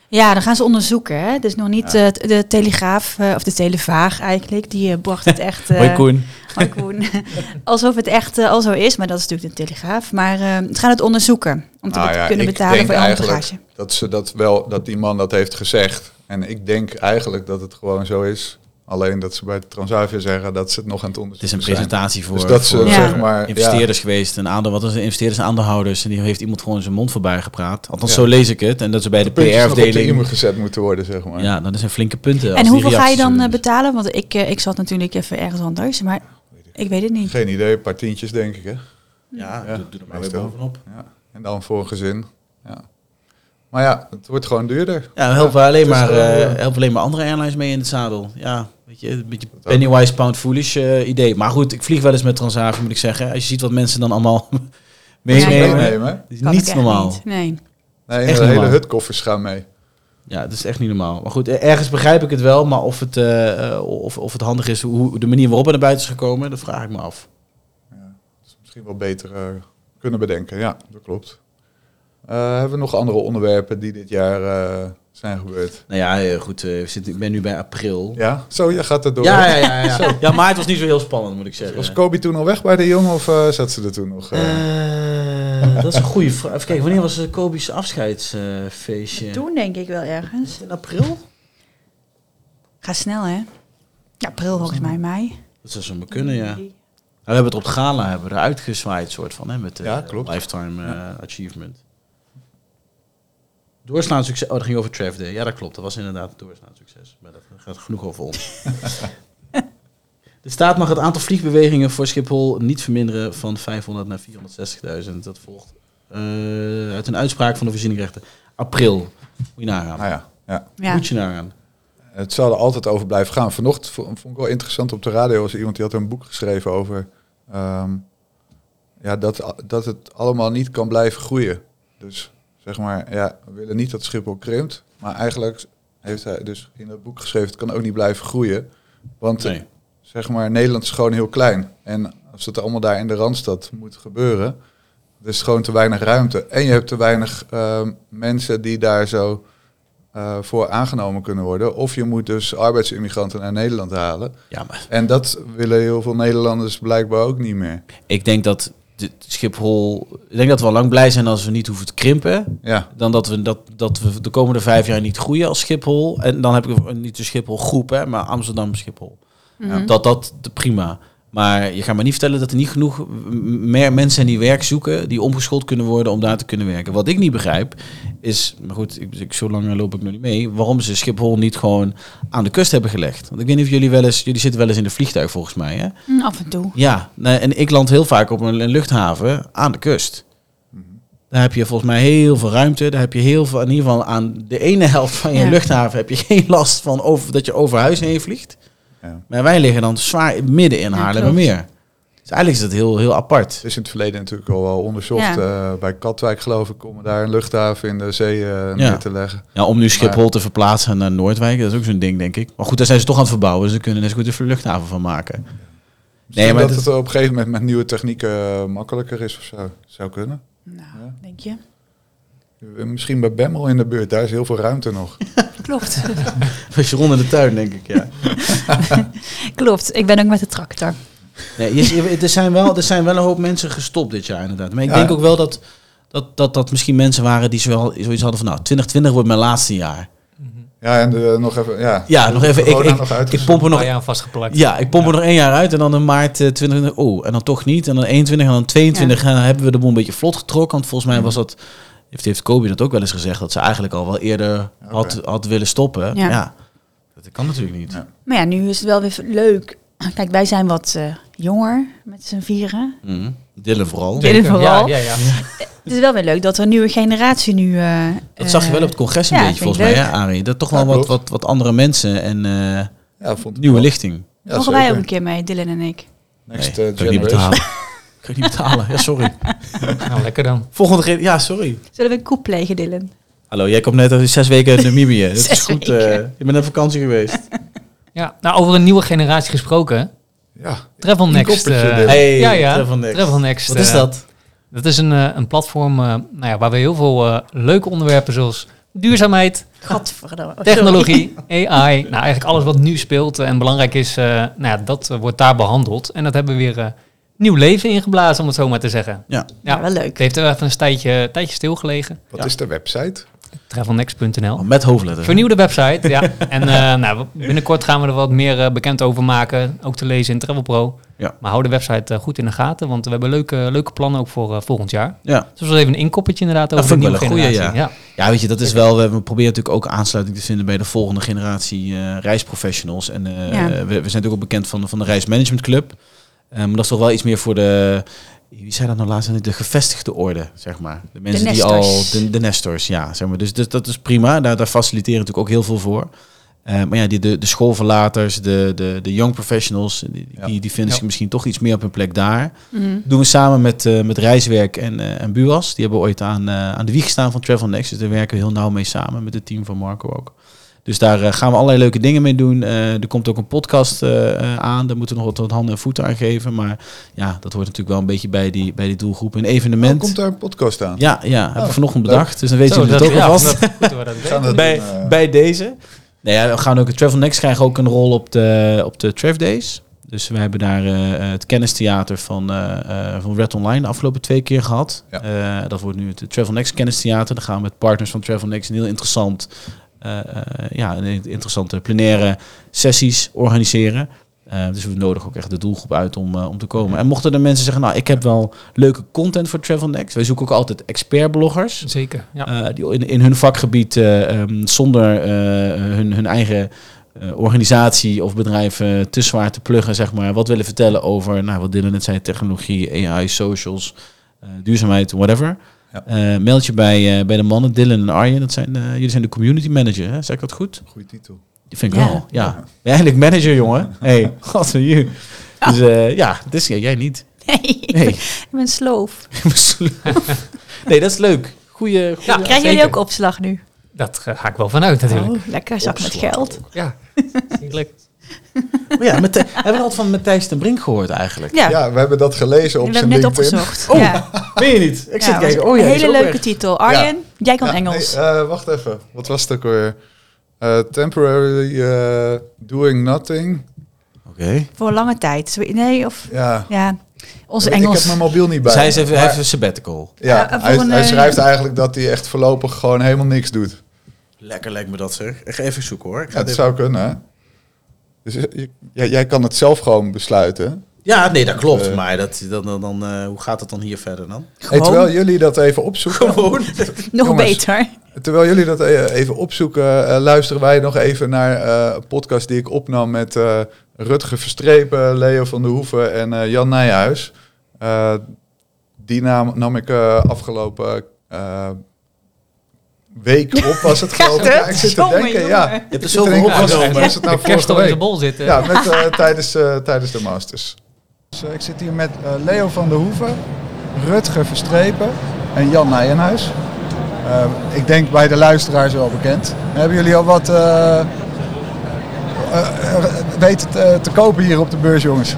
[SPEAKER 5] Ja, dan gaan ze onderzoeken. Hè? Dus nog niet eh, t- de Telegraaf, eh, of de Televaag eigenlijk, die eh, bracht het echt... eh,
[SPEAKER 3] Hoi Koen.
[SPEAKER 5] hoi, Koen. Alsof het echt eh, al zo is, maar dat is natuurlijk de Telegraaf. Maar eh ze gaan het onderzoeken om te
[SPEAKER 4] Nou
[SPEAKER 5] bet-
[SPEAKER 4] ja,
[SPEAKER 5] kunnen
[SPEAKER 4] ik
[SPEAKER 5] betalen
[SPEAKER 4] denk
[SPEAKER 5] voor je
[SPEAKER 4] eigenlijk
[SPEAKER 5] handbagage.
[SPEAKER 4] Dat, ze dat, wel, dat die man dat heeft gezegd. En ik denk eigenlijk dat het gewoon zo is. Alleen dat ze bij Transavia zeggen dat ze het nog aan het
[SPEAKER 3] Het is een
[SPEAKER 4] onderzoeken zijn.
[SPEAKER 3] presentatie voor,
[SPEAKER 4] Dus dat ze,
[SPEAKER 3] voor
[SPEAKER 5] Ja.
[SPEAKER 4] zeg maar... ja.
[SPEAKER 3] investeerders geweest. Een aandeel, wat is een investeerders en aandeelhouders. En die heeft iemand gewoon zijn mond voorbij gepraat. Althans,
[SPEAKER 4] Ja.
[SPEAKER 3] zo lees ik het. En dat ze bij de,
[SPEAKER 4] puntjes nog op de i
[SPEAKER 3] PR-afdeling...
[SPEAKER 4] gezet moeten worden, zeg maar.
[SPEAKER 3] Ja, dat zijn flinke punten. als
[SPEAKER 5] En
[SPEAKER 3] die
[SPEAKER 5] hoeveel ga je
[SPEAKER 3] reacties
[SPEAKER 5] dan
[SPEAKER 3] zo
[SPEAKER 5] eh,
[SPEAKER 3] doen.
[SPEAKER 5] betalen? Want ik, eh, ik zat natuurlijk even ergens anders, maar ik weet het niet.
[SPEAKER 4] Geen idee, een paar tientjes denk ik, hè.
[SPEAKER 3] Ja,
[SPEAKER 4] Ja,
[SPEAKER 3] doe, doe er maar weer
[SPEAKER 4] meestal.
[SPEAKER 3] bovenop.
[SPEAKER 4] Ja. En dan voor een gezin. Ja. Maar ja, het wordt gewoon duurder.
[SPEAKER 3] Ja, we helpen, alleen
[SPEAKER 4] het is
[SPEAKER 3] maar,
[SPEAKER 4] gewoon,
[SPEAKER 3] eh,
[SPEAKER 4] ja.
[SPEAKER 3] helpen alleen maar andere airlines mee in het zadel. Ja, weet je, een beetje Pennywise Pound Foolish eh, idee. Maar goed, ik vlieg wel eens met Transavia, moet ik zeggen. Als je ziet wat mensen dan allemaal meenemen.
[SPEAKER 4] Meenemen, hè?
[SPEAKER 3] Het is
[SPEAKER 5] Kan ik
[SPEAKER 3] niet
[SPEAKER 5] echt
[SPEAKER 3] normaal.
[SPEAKER 5] niet. Nee.
[SPEAKER 4] Nee,
[SPEAKER 3] Echt
[SPEAKER 4] de hele
[SPEAKER 3] normaal.
[SPEAKER 4] hutkoffers gaan mee.
[SPEAKER 3] Ja, het is echt niet normaal. Maar goed, eh, ergens begrijp ik het wel. Maar of het, eh, eh, of, of het handig is, hoe, hoe- de manier waarop het naar buiten is gekomen, dat vraag ik me af.
[SPEAKER 4] Dat is misschien wel beter eh, kunnen bedenken. Ja, dat klopt. Eh, hebben we nog andere onderwerpen die dit jaar eh, zijn gebeurd?
[SPEAKER 3] Nou ja, eh, goed, eh, we zitten, ik ben nu bij april.
[SPEAKER 4] Ja? Zo, ja, gaat het door.
[SPEAKER 3] Ja, ja, ja. Ja, ja. maar het was niet zo heel spannend, moet ik zeggen.
[SPEAKER 4] Was Kobe toen al weg bij de jongen of eh, zat ze er toen nog? eh?
[SPEAKER 3] Eh, dat is een goede vraag. Even kijken, wanneer was eh, Kobe's afscheidsfeestje?
[SPEAKER 5] Toen denk ik wel ergens.
[SPEAKER 3] In april?
[SPEAKER 5] Ga snel, hè? Ja, april volgens mij, mei.
[SPEAKER 3] Dat zou zomaar kunnen, ja. Nou, we hebben het op het gala hebben we eruit gezwaaid, soort van, hè, met de
[SPEAKER 4] Ja, klopt.
[SPEAKER 3] lifetime eh, achievement. Doorslaand succes. Oh, dat ging over Trav Day. Ja, dat klopt. Dat was inderdaad doorslaand succes. Maar dat gaat genoeg over ons. De staat mag het aantal vliegbewegingen voor Schiphol niet verminderen van 500 naar 460.000. Dat volgt eh, uit een uitspraak van de voorzieningrechter. April. Moet je nagaan.
[SPEAKER 4] Nou ja, ja.
[SPEAKER 5] Ja.
[SPEAKER 3] Moet je nagaan.
[SPEAKER 4] Het zal er altijd over blijven gaan. Vanochtend vo- vond ik wel interessant op de radio was er iemand die had een boek geschreven over ehm, ja, dat, a- dat het allemaal niet kan blijven groeien. Dus zeg maar, ja, we willen niet dat Schiphol krimpt. Maar eigenlijk heeft hij dus in dat boek geschreven, het kan ook niet blijven groeien. Want eh,
[SPEAKER 3] Nee.
[SPEAKER 4] zeg maar, Nederland is gewoon heel klein. En als het allemaal daar in de Randstad moet gebeuren, er is gewoon te weinig ruimte. En je hebt te weinig ehm, mensen die daar zo eh, voor aangenomen kunnen worden. Of je moet dus arbeidsimmigranten naar Nederland halen.
[SPEAKER 3] Ja, maar
[SPEAKER 4] En dat willen heel veel Nederlanders blijkbaar ook niet meer.
[SPEAKER 3] ik denk dat de Schiphol... Ik denk dat we al lang blij zijn als we niet hoeven te krimpen.
[SPEAKER 4] Ja,
[SPEAKER 3] Dan dat we, dat, dat we de komende vijf jaar niet groeien als Schiphol. En dan heb ik het- niet de Schiphol groep, hè, maar Amsterdam Schiphol.
[SPEAKER 5] Mhm.
[SPEAKER 3] Dat dat de- prima. Maar je gaat me niet vertellen dat er niet genoeg m- meer mensen zijn die werk zoeken, die omgeschoold kunnen worden om daar te kunnen werken. Wat ik niet begrijp is, maar goed, ik, ik, zo lang loop ik nog niet mee, waarom ze Schiphol niet gewoon aan de kust hebben gelegd. Want ik weet niet of jullie wel eens, jullie zitten wel eens in een vliegtuig volgens mij, hè?
[SPEAKER 5] Mm, Af en toe.
[SPEAKER 3] Ja, nee, en ik land heel vaak op een, een luchthaven aan de kust. Daar heb je volgens mij heel veel ruimte. Daar heb je heel veel, in ieder geval aan de ene helft van je
[SPEAKER 5] Ja.
[SPEAKER 3] luchthaven heb je geen last van over, dat je over huis heen vliegt.
[SPEAKER 4] Ja.
[SPEAKER 3] Maar wij liggen dan zwaar midden in
[SPEAKER 5] Ja,
[SPEAKER 3] Haarlemmermeer. Dus eigenlijk is dat heel, heel apart.
[SPEAKER 4] het is in het verleden natuurlijk al wel onderzocht.
[SPEAKER 5] Ja.
[SPEAKER 4] eh, bij Katwijk geloof ik, om daar een luchthaven in de zee eh, neer
[SPEAKER 3] Ja.
[SPEAKER 4] te leggen.
[SPEAKER 3] Ja, om nu Schiphol te verplaatsen naar Noordwijk, dat is ook zo'n ding, denk ik. Maar goed, daar zijn ze toch aan het verbouwen. Dus ze kunnen er zo goed een luchthaven van maken.
[SPEAKER 4] Nee,
[SPEAKER 3] maar
[SPEAKER 4] maar dat
[SPEAKER 3] dat-
[SPEAKER 4] het op een gegeven moment met nieuwe technieken eh, makkelijker is of zo. Zou kunnen.
[SPEAKER 5] Nou,
[SPEAKER 4] Ja.
[SPEAKER 5] denk je?
[SPEAKER 4] Eh, Misschien bij Bemmel in de buurt, daar is heel veel ruimte nog.
[SPEAKER 5] Klopt.
[SPEAKER 3] Van Sharon in de tuin, denk ik, ja.
[SPEAKER 5] Klopt. Ik ben ook met de tractor.
[SPEAKER 3] Nee, je- je- er, zijn wel, er zijn wel een hoop mensen gestopt dit jaar inderdaad. Maar ik
[SPEAKER 4] Ja.
[SPEAKER 3] denk ook wel dat dat, dat dat misschien mensen waren die zowel, zoiets hadden van... nou, 2020 wordt mijn laatste jaar.
[SPEAKER 4] Ja, en eh, nog even, ja.
[SPEAKER 3] Ja, nog even, ik,
[SPEAKER 4] Corona
[SPEAKER 3] ik,
[SPEAKER 4] nog
[SPEAKER 3] ik,
[SPEAKER 4] uitgezet.
[SPEAKER 3] pomp er nog...
[SPEAKER 2] paar jaar vastgeplakt.
[SPEAKER 3] Ja, ik pomp er nog één jaar uit en dan in maart eh, 2020... oh, en dan toch niet. En dan 21 en dan 22 en dan hebben we de boel een beetje vlot getrokken. Want volgens mij was dat... Heeft, heeft Kobe dat ook wel eens gezegd... dat ze eigenlijk al wel eerder had, had willen stoppen. Ja.
[SPEAKER 5] Ja.
[SPEAKER 3] Dat kan natuurlijk niet.
[SPEAKER 4] Ja.
[SPEAKER 5] Maar ja, nu is het wel weer leuk. Kijk, wij zijn wat eh, jonger met z'n vieren.
[SPEAKER 3] Mhm. Dillen vooral.
[SPEAKER 5] Ja. In ieder geval.
[SPEAKER 2] Ja, ja, ja.
[SPEAKER 5] Het is wel weer leuk dat er een nieuwe generatie nu... eh,
[SPEAKER 3] Dat zag je wel op het congres een
[SPEAKER 5] ja,
[SPEAKER 3] beetje,
[SPEAKER 5] vind ik
[SPEAKER 3] volgens mij, hè,
[SPEAKER 5] leuk.
[SPEAKER 3] Arie? Dat toch
[SPEAKER 4] Ja,
[SPEAKER 3] wel wat,
[SPEAKER 4] klopt.
[SPEAKER 3] wat, wat andere mensen en eh,
[SPEAKER 4] Ja, vond ik
[SPEAKER 3] nieuwe
[SPEAKER 4] wel.
[SPEAKER 3] lichting.
[SPEAKER 4] Ja,
[SPEAKER 5] mogen
[SPEAKER 4] zeker.
[SPEAKER 5] wij ook een keer mee, Dylan en ik.
[SPEAKER 4] Next
[SPEAKER 3] Nee,
[SPEAKER 4] eh,
[SPEAKER 3] kan ik niet
[SPEAKER 4] Generation.
[SPEAKER 3] betalen. kan ik niet betalen. Ja, sorry.
[SPEAKER 2] Nou, lekker dan.
[SPEAKER 3] Volgende keer. Ja, sorry.
[SPEAKER 5] Zullen we een koep plegen, Dylan?
[SPEAKER 3] Hallo, jij komt net uit zes weken uit Namibië. Dat is
[SPEAKER 5] Zes
[SPEAKER 3] goed.
[SPEAKER 5] weken.
[SPEAKER 3] eh, je bent op vakantie geweest.
[SPEAKER 2] Ja, nou, over een nieuwe generatie gesproken.
[SPEAKER 4] Ja,
[SPEAKER 2] Travel Next.
[SPEAKER 4] koppertje,
[SPEAKER 2] eh,
[SPEAKER 4] Dylan.
[SPEAKER 3] Hey,
[SPEAKER 2] ja, ja.
[SPEAKER 3] Travel Next.
[SPEAKER 2] Next,
[SPEAKER 3] Wat is
[SPEAKER 2] eh,
[SPEAKER 3] dat?
[SPEAKER 2] Dat is een, eh, een platform eh, nou ja, waar we heel veel eh, leuke onderwerpen zoals duurzaamheid,
[SPEAKER 5] Gadverdamme. Oh, sorry.
[SPEAKER 2] technologie, AI, nou eigenlijk alles wat nu speelt eh, en belangrijk is, eh, nou ja, dat eh, wordt daar behandeld. En dat hebben we weer eh, nieuw leven ingeblazen, om het zo maar te zeggen.
[SPEAKER 3] Ja.
[SPEAKER 5] Ja, wel leuk.
[SPEAKER 2] Het heeft er even een tijdje, tijdje stilgelegen.
[SPEAKER 4] wat
[SPEAKER 3] Ja.
[SPEAKER 4] is de website?
[SPEAKER 2] Travelnext.nl.
[SPEAKER 3] oh, Met hoofdletters.
[SPEAKER 2] Vernieuwde website, ja. En eh, nou, binnenkort gaan we er wat meer eh, bekend over maken. Ook te lezen in Travel Pro.
[SPEAKER 3] Ja.
[SPEAKER 2] Maar hou de website eh, goed in de gaten, want we hebben leuke, leuke plannen ook voor eh, volgend jaar.
[SPEAKER 3] Ja.
[SPEAKER 2] Dus dat was even een inkoppertje inderdaad
[SPEAKER 3] Dat
[SPEAKER 2] over de
[SPEAKER 3] vind
[SPEAKER 2] nieuwe
[SPEAKER 3] ik wel een goeie,
[SPEAKER 2] generatie. ja.
[SPEAKER 3] ja, weet je, dat is wel. We we proberen natuurlijk ook aansluiting te vinden bij de volgende generatie eh, reisprofessionals. En eh,
[SPEAKER 5] Ja.
[SPEAKER 3] we, we zijn natuurlijk ook bekend van, van de Reismanagement Club. Eh, maar dat is toch wel iets meer voor de. Wie zei dat nou laatst? De gevestigde orde, zeg maar. De mensen die al.
[SPEAKER 5] nestors.
[SPEAKER 3] De, de nestors, ja. Zeg maar. dus, dus dat is prima. Daar, daar faciliteren we natuurlijk ook heel veel voor. Eh, maar ja, die, de, de schoolverlaters, de, de, de young professionals, die,
[SPEAKER 4] Ja.
[SPEAKER 3] die, die vinden zich
[SPEAKER 2] Ja.
[SPEAKER 3] misschien toch iets meer op hun plek daar
[SPEAKER 5] Mhm.
[SPEAKER 3] doen we samen met, eh, met Reiswerk en, eh, en Buas. Die hebben ooit aan, eh, aan de wieg gestaan van Travel Next. Dus daar werken we heel nauw mee samen met het team van Marco ook. Dus daar eh, gaan we allerlei leuke dingen mee doen. Eh, er komt ook een podcast eh, eh, aan. Daar moeten we nog wat, wat handen en voeten aan geven. Maar ja, dat hoort natuurlijk wel een beetje bij die, bij die doelgroep. Een
[SPEAKER 4] Oh,
[SPEAKER 3] evenement.
[SPEAKER 4] komt daar een podcast aan?
[SPEAKER 3] ja, ja, heb
[SPEAKER 4] Oh,
[SPEAKER 3] ik vanochtend
[SPEAKER 4] leuk.
[SPEAKER 3] bedacht. Dus dan weten
[SPEAKER 2] Zo,
[SPEAKER 3] jullie het ook
[SPEAKER 2] ja,
[SPEAKER 3] alvast.
[SPEAKER 2] dat- goed dat we dat weten.
[SPEAKER 4] gaan het
[SPEAKER 3] bij,
[SPEAKER 4] doen, eh.
[SPEAKER 3] bij deze. Nou ja, we gaan ook Travel Next krijgen ook een rol op de, op de Trav Days. Dus we hebben daar eh, eh, het kennistheater van, eh, eh, van Red Online de afgelopen twee keer gehad.
[SPEAKER 4] Ja.
[SPEAKER 3] Eh, dat wordt nu het Travel Next kennistheater. Daar gaan we met partners van Travel Next een heel interessant, eh, eh, ja, een interessante plenaire sessies organiseren. Eh, dus we nodigen ook echt de doelgroep uit om, eh, om te
[SPEAKER 4] Mhm.
[SPEAKER 3] komen. En mochten er mensen zeggen, nou ik heb wel leuke content voor Travel Next. Wij zoeken ook altijd expertbloggers.
[SPEAKER 2] Zeker, ja.
[SPEAKER 3] Eh, die in, in hun vakgebied eh, ehm, zonder eh, hun, hun eigen eh, organisatie of bedrijven te zwaar te pluggen, zeg maar. Wat willen vertellen over, nou, wat Dylan net zei, technologie, AI, socials, eh, duurzaamheid, whatever.
[SPEAKER 4] Ja.
[SPEAKER 3] Eh, meld je bij, eh, bij de mannen, Dylan en Arjen. Dat zijn, eh, jullie zijn de community manager, hè? zeg ik dat goed?
[SPEAKER 4] Goede titel.
[SPEAKER 3] Die vind ik
[SPEAKER 5] Ja.
[SPEAKER 3] wel, ja. Ben je eigenlijk manager, jongen? hey, god van you. Dus eh, ja, dus, jij niet.
[SPEAKER 5] Nee, ik ben-
[SPEAKER 3] Nee.
[SPEAKER 5] ik ben sloof.
[SPEAKER 3] nee, dat is leuk. Goeie, goeie
[SPEAKER 2] Ja,
[SPEAKER 5] Krijgen jullie
[SPEAKER 2] zeker.
[SPEAKER 5] ook opslag nu?
[SPEAKER 2] Dat eh, ga ik wel vanuit natuurlijk.
[SPEAKER 5] Oh, lekker zak met geld.
[SPEAKER 4] Oh.
[SPEAKER 2] Ja, zeker.
[SPEAKER 3] Maar ja, Matthij- hebben we al van Matthijs ten Brink gehoord eigenlijk?
[SPEAKER 5] Ja,
[SPEAKER 4] Ja. we hebben dat gelezen op
[SPEAKER 5] we
[SPEAKER 4] zijn
[SPEAKER 5] hebben net
[SPEAKER 4] LinkedIn.
[SPEAKER 5] opgezocht. ja.
[SPEAKER 3] Meen je niet? Ik
[SPEAKER 5] Ja,
[SPEAKER 3] zit te
[SPEAKER 5] was
[SPEAKER 3] kijken. Oh ja,
[SPEAKER 5] een
[SPEAKER 3] die is
[SPEAKER 5] hele
[SPEAKER 3] ook
[SPEAKER 5] leuke
[SPEAKER 3] weg.
[SPEAKER 5] titel. Arjen, jij kan
[SPEAKER 4] Ja,
[SPEAKER 5] Engels.
[SPEAKER 4] nee, eh, wacht even. Wat was het ook alweer? Eh, temporarily eh, doing nothing.
[SPEAKER 3] Oké.
[SPEAKER 5] Voor lange tijd. Zo- Nee, of...
[SPEAKER 4] Ja.
[SPEAKER 5] Ja, onze
[SPEAKER 4] Ik- Ik
[SPEAKER 5] Engels.
[SPEAKER 4] heb mijn mobiel niet bij.
[SPEAKER 3] Dus hij is
[SPEAKER 4] me,
[SPEAKER 3] even,
[SPEAKER 4] maar-
[SPEAKER 3] hij heeft een sabbatical.
[SPEAKER 4] ja,
[SPEAKER 5] Ja, voor
[SPEAKER 4] hij,
[SPEAKER 5] een,
[SPEAKER 4] hij
[SPEAKER 5] eh,
[SPEAKER 4] schrijft eigenlijk dat hij echt voorlopig gewoon helemaal niks doet.
[SPEAKER 3] Lekker lijkt me dat zeg. Ik ga even zoeken hoor. Ik
[SPEAKER 4] Ja, dat zou kunnen, hè? Dus eh, je- jij- jij kan het zelf gewoon besluiten.
[SPEAKER 3] ja nee, dat klopt.
[SPEAKER 4] Eh.
[SPEAKER 3] maar dat, dat, dan, dan, eh, hoe gaat het dan hier verder dan?
[SPEAKER 4] Hey, terwijl jullie dat even opzoeken.
[SPEAKER 3] Gewoon.
[SPEAKER 5] Nog
[SPEAKER 4] jongens.
[SPEAKER 5] beter.
[SPEAKER 4] Terwijl jullie dat eh, even opzoeken, eh, luisteren wij nog even naar eh, een podcast die ik opnam met eh, Rutger Verstrepen, Leo van der Hoeven en eh, Jan Nijhuis. Eh, die naam nam ik eh, afgelopen eh, week op, was het geloof ik. Ja, ik zit te
[SPEAKER 5] Jongen,
[SPEAKER 4] denken,
[SPEAKER 5] jongen.
[SPEAKER 4] ja.
[SPEAKER 5] Ja,
[SPEAKER 3] Je hebt er
[SPEAKER 4] Ik zit te
[SPEAKER 3] zoveel
[SPEAKER 4] denken, was-
[SPEAKER 3] opgenomen.
[SPEAKER 4] was het nou
[SPEAKER 2] de kerst
[SPEAKER 4] vorige
[SPEAKER 2] al in de
[SPEAKER 4] week?
[SPEAKER 2] bol zitten.
[SPEAKER 4] Ja, met, eh, tijdens, eh, tijdens de Masters. Dus, eh, ik zit hier met eh, Leo van der Hoeven, Rutger Verstrepen en Jan Nijenhuis. Eh, ik denk bij de luisteraars wel bekend. Hebben jullie al wat eh, eh, eh, weten te, te kopen hier op de beurs, jongens?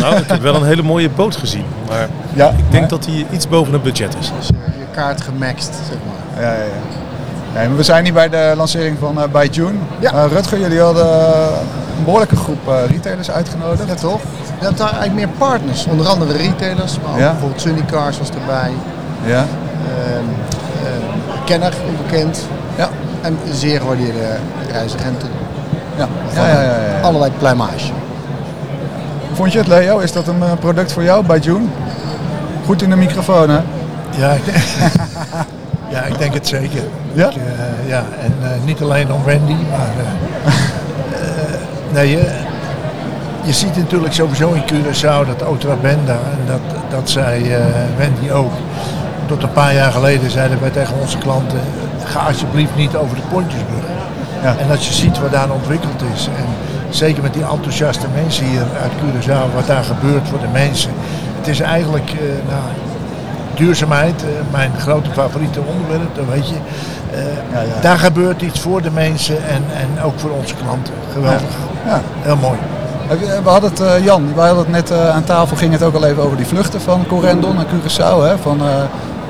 [SPEAKER 6] Nou, ik heb wel een hele mooie boot gezien. Maar
[SPEAKER 4] Ja,
[SPEAKER 6] ik denk dat die iets boven het budget is.
[SPEAKER 7] Dus, eh, je kaart gemaxt, zeg maar.
[SPEAKER 4] Ja, ja, ja. Nee, maar we zijn hier bij de lancering van eh, bij June.
[SPEAKER 7] Ja.
[SPEAKER 4] Eh, Rutger, jullie hadden eh, een behoorlijke groep eh, retailers uitgenodigd.
[SPEAKER 7] Ja, toch? Je hebt daar eigenlijk meer partners. Onder andere retailers, maar ook
[SPEAKER 4] Ja.
[SPEAKER 7] bijvoorbeeld Sunny Cars was erbij.
[SPEAKER 4] Ja.
[SPEAKER 7] Ehm, eh, Kenner, onbekend.
[SPEAKER 4] Ja.
[SPEAKER 7] En zeer gewaardeerde reisagenten.
[SPEAKER 4] Ja. Ja, ja, ja, ja.
[SPEAKER 7] Allerlei pluimage.
[SPEAKER 4] Vond je het, Leo? Is dat een eh, product voor jou bij June? Goed in de microfoon, hè?
[SPEAKER 8] Ja, ik denk, ja, ik denk het zeker.
[SPEAKER 4] Ja?
[SPEAKER 8] Ik, eh, ja, en eh, niet alleen om Wendy, maar... eh, eh, nee, je, je ziet natuurlijk sowieso in Curaçao dat Otra Benda, en dat, dat zei eh, Wendy ook. Tot een paar jaar geleden zeiden wij tegen onze klanten, ga alsjeblieft niet over de Pontjesbrug.
[SPEAKER 4] Ja.
[SPEAKER 8] En als je ziet wat daar ontwikkeld is, en zeker met die enthousiaste mensen hier uit Curaçao, wat daar gebeurt voor de mensen. Het is eigenlijk, eh, nou, duurzaamheid, eh, mijn grote favoriete onderwerp, dat weet je. Eh, Daar gebeurt iets voor de mensen en, en ook voor onze klanten. Geweldig.
[SPEAKER 4] Ja.
[SPEAKER 8] Heel mooi.
[SPEAKER 4] Heb je- We hadden het, eh, Jan, we hadden het net eh, aan tafel, ging het ook al even over die vluchten van Corendon naar Curaçao. Hè? Van, eh,